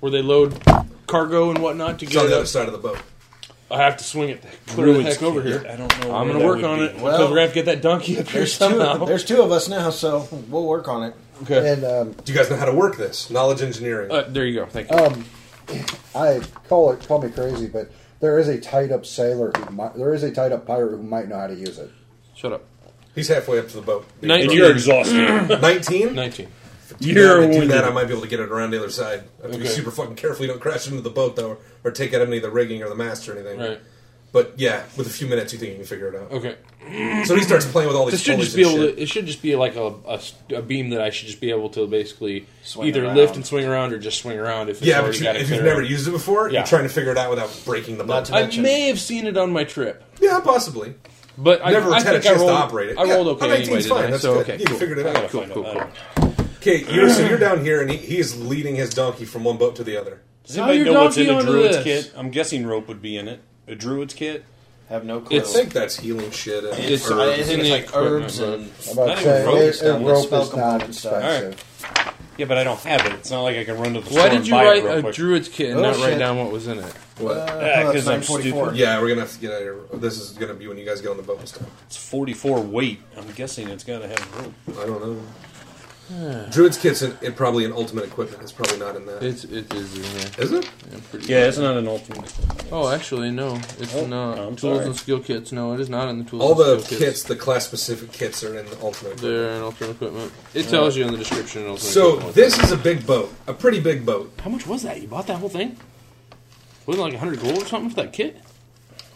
Speaker 8: where they load cargo and whatnot to
Speaker 6: It's
Speaker 8: get
Speaker 6: on
Speaker 8: it
Speaker 6: the
Speaker 8: up?
Speaker 6: other side of the boat.
Speaker 8: I have to swing it clear the
Speaker 9: Druid's
Speaker 8: heck over here.
Speaker 9: kit. I don't know
Speaker 8: I'm gonna
Speaker 9: where that
Speaker 8: work
Speaker 9: would
Speaker 8: on
Speaker 9: be.
Speaker 8: it because
Speaker 9: Well,
Speaker 8: we're gonna have to get that donkey up here
Speaker 7: There's two,
Speaker 8: somehow.
Speaker 7: there's two of us now, so we'll work on it.
Speaker 8: Okay.
Speaker 10: And um,
Speaker 6: Do you guys know how to work this? Knowledge engineering.
Speaker 8: Uh, there you go. Thank you.
Speaker 10: um, I call it call me crazy, but there is a tied up sailor who might, there is a tied up pirate who might know how to use it.
Speaker 8: Shut up.
Speaker 6: He's halfway up to the boat.
Speaker 9: Nineteen. And you're exhausted.
Speaker 6: Nineteen.
Speaker 8: Nineteen.
Speaker 9: You're
Speaker 6: You're do
Speaker 9: wounded.
Speaker 6: that. I might be able to get it around the other side. I have to be
Speaker 8: Okay.
Speaker 6: super fucking careful. You don't crash into the boat though, or take out any of the rigging or the mast or anything.
Speaker 8: Right.
Speaker 6: But yeah, with a few minutes, you think you can figure it out.
Speaker 8: Okay.
Speaker 6: So he starts playing with all
Speaker 8: This
Speaker 6: these.
Speaker 8: should
Speaker 6: pulleys
Speaker 8: just be
Speaker 6: and
Speaker 8: able
Speaker 6: shit.
Speaker 8: to. It should just be like a, a s- a beam that I should just be able to basically
Speaker 6: Swing
Speaker 8: either
Speaker 6: around.
Speaker 8: lift and swing around or just swing around if it's
Speaker 6: Yeah,
Speaker 8: already
Speaker 6: but you,
Speaker 8: got it
Speaker 6: if you've
Speaker 8: clear.
Speaker 6: never used it before,
Speaker 8: Yeah.
Speaker 6: you're trying to figure it out without breaking the boat.
Speaker 8: I may have seen it on my trip.
Speaker 6: Yeah, possibly.
Speaker 8: But I
Speaker 6: Never
Speaker 8: I
Speaker 6: had a
Speaker 8: think I
Speaker 6: chance to
Speaker 8: rolled,
Speaker 6: operate it.
Speaker 8: I
Speaker 6: Yeah,
Speaker 8: rolled
Speaker 6: a
Speaker 8: okay
Speaker 6: 19's
Speaker 8: anyway,
Speaker 6: fine,
Speaker 8: didn't I?
Speaker 6: that's
Speaker 8: So
Speaker 6: good.
Speaker 8: okay,
Speaker 6: You
Speaker 8: cool.
Speaker 6: figured it
Speaker 8: I gotta
Speaker 6: out.
Speaker 8: find
Speaker 6: Cool,
Speaker 8: out.
Speaker 6: Okay, you're, so you're down here, and he, he is leading his donkey from one boat to the other.
Speaker 9: Does anybody know what's in a druid's kit? I'm guessing rope would be in it. A druid's kit?
Speaker 7: Have no
Speaker 6: clue. I think that's healing shit. and
Speaker 8: uh,
Speaker 9: It's,
Speaker 6: herbs.
Speaker 9: I think it's like herbs and
Speaker 6: I'm about to
Speaker 10: uh,
Speaker 6: say, it- it rope is not
Speaker 9: Yeah, but I don't have it. It's not like I can run to the store
Speaker 8: Why did
Speaker 9: and
Speaker 8: you
Speaker 9: buy
Speaker 8: write
Speaker 9: it real
Speaker 8: a
Speaker 9: quick.
Speaker 8: druid's kit and
Speaker 9: Oh,
Speaker 8: not
Speaker 9: shit.
Speaker 8: write down what was in it?
Speaker 6: What?
Speaker 7: uh,
Speaker 9: Yeah, 'cause I'm stupid.
Speaker 6: Yeah, we're gonna have to get out of here. This is gonna be when you guys get on the boat and stuff.
Speaker 9: It's 44 weight. I'm guessing it's got to have rope.
Speaker 6: I don't know. Druid's kit's an, it probably an ultimate equipment. It's probably not in that.
Speaker 8: It's it is in here.
Speaker 6: Is it?
Speaker 8: Yeah, pretty
Speaker 9: Yeah,
Speaker 8: sure.
Speaker 9: it's not an ultimate.
Speaker 8: Oh, actually, no, it's
Speaker 9: Oh,
Speaker 8: not.
Speaker 9: I'm
Speaker 8: tools
Speaker 9: sorry.
Speaker 8: and skill kits. No, it is not in the tools.
Speaker 6: All the
Speaker 8: and skill
Speaker 6: kits, the class specific kits, are in the ultimate. Equipment.
Speaker 8: They're in ultimate equipment. It tells you in the description. in Ultimate
Speaker 6: So
Speaker 8: Equipment.
Speaker 6: this is a big boat, a pretty big boat.
Speaker 8: How much was that? You bought that whole thing? Wasn't it like 100 gold or something for that kit?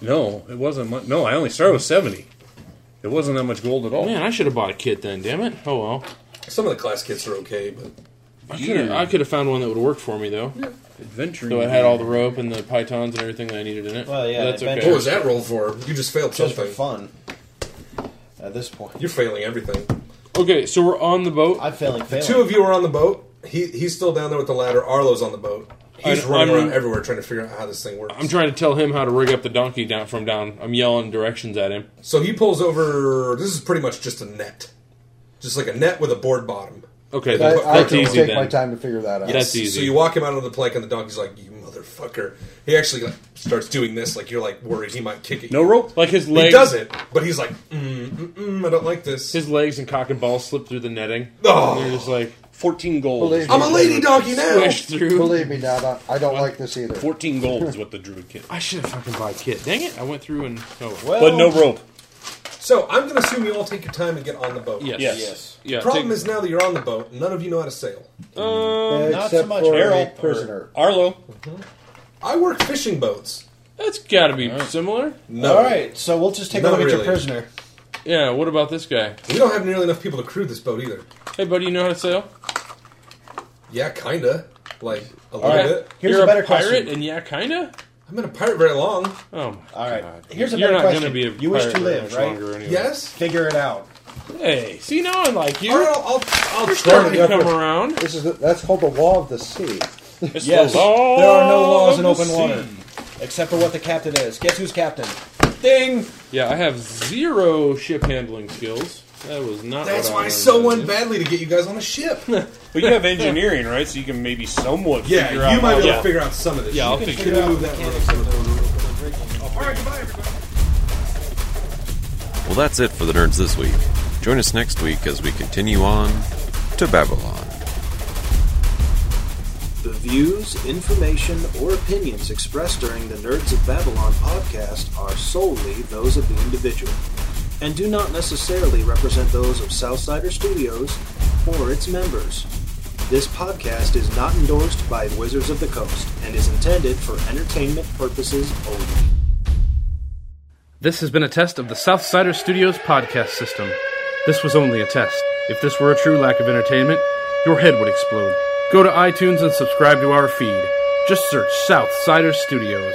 Speaker 9: No, it wasn't much. No, I only started with 70. It wasn't that much gold at all.
Speaker 8: Man, I should have bought a kit then, damn it. Oh well.
Speaker 6: Some of the class kits are okay, but
Speaker 8: I could I could have found one that would work for me though.
Speaker 9: Adventuring.
Speaker 8: Though it had all the rope and the pythons and everything that I needed in it.
Speaker 14: Well, yeah,
Speaker 8: that's okay.
Speaker 6: What was that roll for? You just failed
Speaker 8: Just for
Speaker 6: something.
Speaker 14: fun. At this point,
Speaker 6: you're failing everything.
Speaker 8: Okay, so we're on the boat.
Speaker 14: I'm failing.
Speaker 6: The two of you are on the boat. He he's still down there with the ladder. Arlo's on the boat. He's
Speaker 8: I-
Speaker 6: running
Speaker 8: I'm-
Speaker 6: around everywhere trying to figure out how this thing works.
Speaker 8: I'm trying to tell him how to rig up the donkey down from down. I'm yelling directions at him.
Speaker 6: So he pulls over. This is pretty much just a net, just like a net with a board bottom.
Speaker 8: Okay,
Speaker 6: They
Speaker 8: that's-
Speaker 6: put-
Speaker 8: that's easy then.
Speaker 6: Yes.
Speaker 8: That's easy.
Speaker 6: So you walk him out on the plank, and the donkey's like, "You motherfucker!" He actually like, starts doing this, like you're like worried he might kick it.
Speaker 9: No rope? Like
Speaker 8: his
Speaker 6: He
Speaker 8: legs-
Speaker 6: does it, but he's like, mm, mm, mm, "I don't like this."
Speaker 8: His legs and cock and balls slip through the netting.
Speaker 6: Oh.
Speaker 8: And they're just like
Speaker 9: 14 gold.
Speaker 10: Believe me.
Speaker 8: Swish through.
Speaker 10: Believe me, now I I don't like this either.
Speaker 9: 14 gold is what the druid kit.
Speaker 8: I should have fucking bought a kit. Dang it! I went through and oh, well.
Speaker 9: but no rope.
Speaker 6: So I'm going to assume you all take your time and get on the boat.
Speaker 8: Yes. Yes. Yes. Yeah,
Speaker 6: Problem
Speaker 8: take-
Speaker 6: is now that you're on the boat, none of you know how to sail.
Speaker 9: Um,
Speaker 10: Except so much. for
Speaker 9: Harold
Speaker 10: a prisoner.
Speaker 9: or Arlo.
Speaker 6: I work fishing boats.
Speaker 8: That's got to be similar.
Speaker 6: No. All right,
Speaker 14: so we'll just
Speaker 6: take a Not look at your really. prisoner.
Speaker 8: Yeah, what about this guy?
Speaker 6: We don't have nearly enough people to crew this boat either.
Speaker 8: Hey, buddy, you know how to sail?
Speaker 6: Yeah, kinda. Like a
Speaker 8: All
Speaker 6: little
Speaker 8: right,
Speaker 6: bit.
Speaker 8: Here's You're a a better pirate question. and yeah, kinda.
Speaker 6: I've been a pirate very long.
Speaker 8: Oh,
Speaker 7: Uh,
Speaker 14: all right.
Speaker 6: Here's a
Speaker 8: You're
Speaker 6: better
Speaker 8: not
Speaker 6: question.
Speaker 8: gonna be a
Speaker 6: You wish
Speaker 8: pirate
Speaker 6: to
Speaker 8: very
Speaker 6: live,
Speaker 8: much
Speaker 6: right?
Speaker 8: longer anyway.
Speaker 6: Yes?
Speaker 14: Figure it out.
Speaker 8: Hey, see now I like you.
Speaker 6: I'll, I'll, I'll
Speaker 8: You're
Speaker 10: There
Speaker 8: starting
Speaker 10: we
Speaker 8: to
Speaker 10: go.
Speaker 8: come around.
Speaker 10: This is the, that's called the wall of the sea.
Speaker 14: Yes, there are no laws in
Speaker 10: of the
Speaker 14: open water
Speaker 10: sea.
Speaker 14: except for what the captain is. Guess who's captain? Ding.
Speaker 8: Yeah, I have zero ship handling skills. That was not.
Speaker 6: That's
Speaker 8: what
Speaker 6: why
Speaker 8: I
Speaker 6: I so
Speaker 8: wanted
Speaker 6: went badly to get you guys on a ship. but
Speaker 9: But you have engineering, right? So you can maybe somewhat
Speaker 6: Yeah,
Speaker 9: figure
Speaker 6: you
Speaker 9: out.
Speaker 6: might be
Speaker 9: how-
Speaker 6: able to figure out some of this.
Speaker 9: Yeah,
Speaker 6: You
Speaker 9: I'll
Speaker 6: can
Speaker 9: figure,
Speaker 6: figure
Speaker 9: it out.
Speaker 6: out that All right, goodbye, everybody.
Speaker 15: Well, that's it for the nerds this week. Join us next week as we continue on to Babylon.
Speaker 7: The views, information, or opinions expressed during the Nerds of Babylon podcast are solely those of the individual and do not necessarily represent those of Southsider Studios or its members. This podcast is not endorsed by Wizards of the Coast and is intended for entertainment purposes only.
Speaker 16: This has been a test of the Southsider Studios podcast system. This was only a test. If this were a true lack of entertainment, your head would explode. Go to iTunes and subscribe to our feed. Just search Southsider Studios.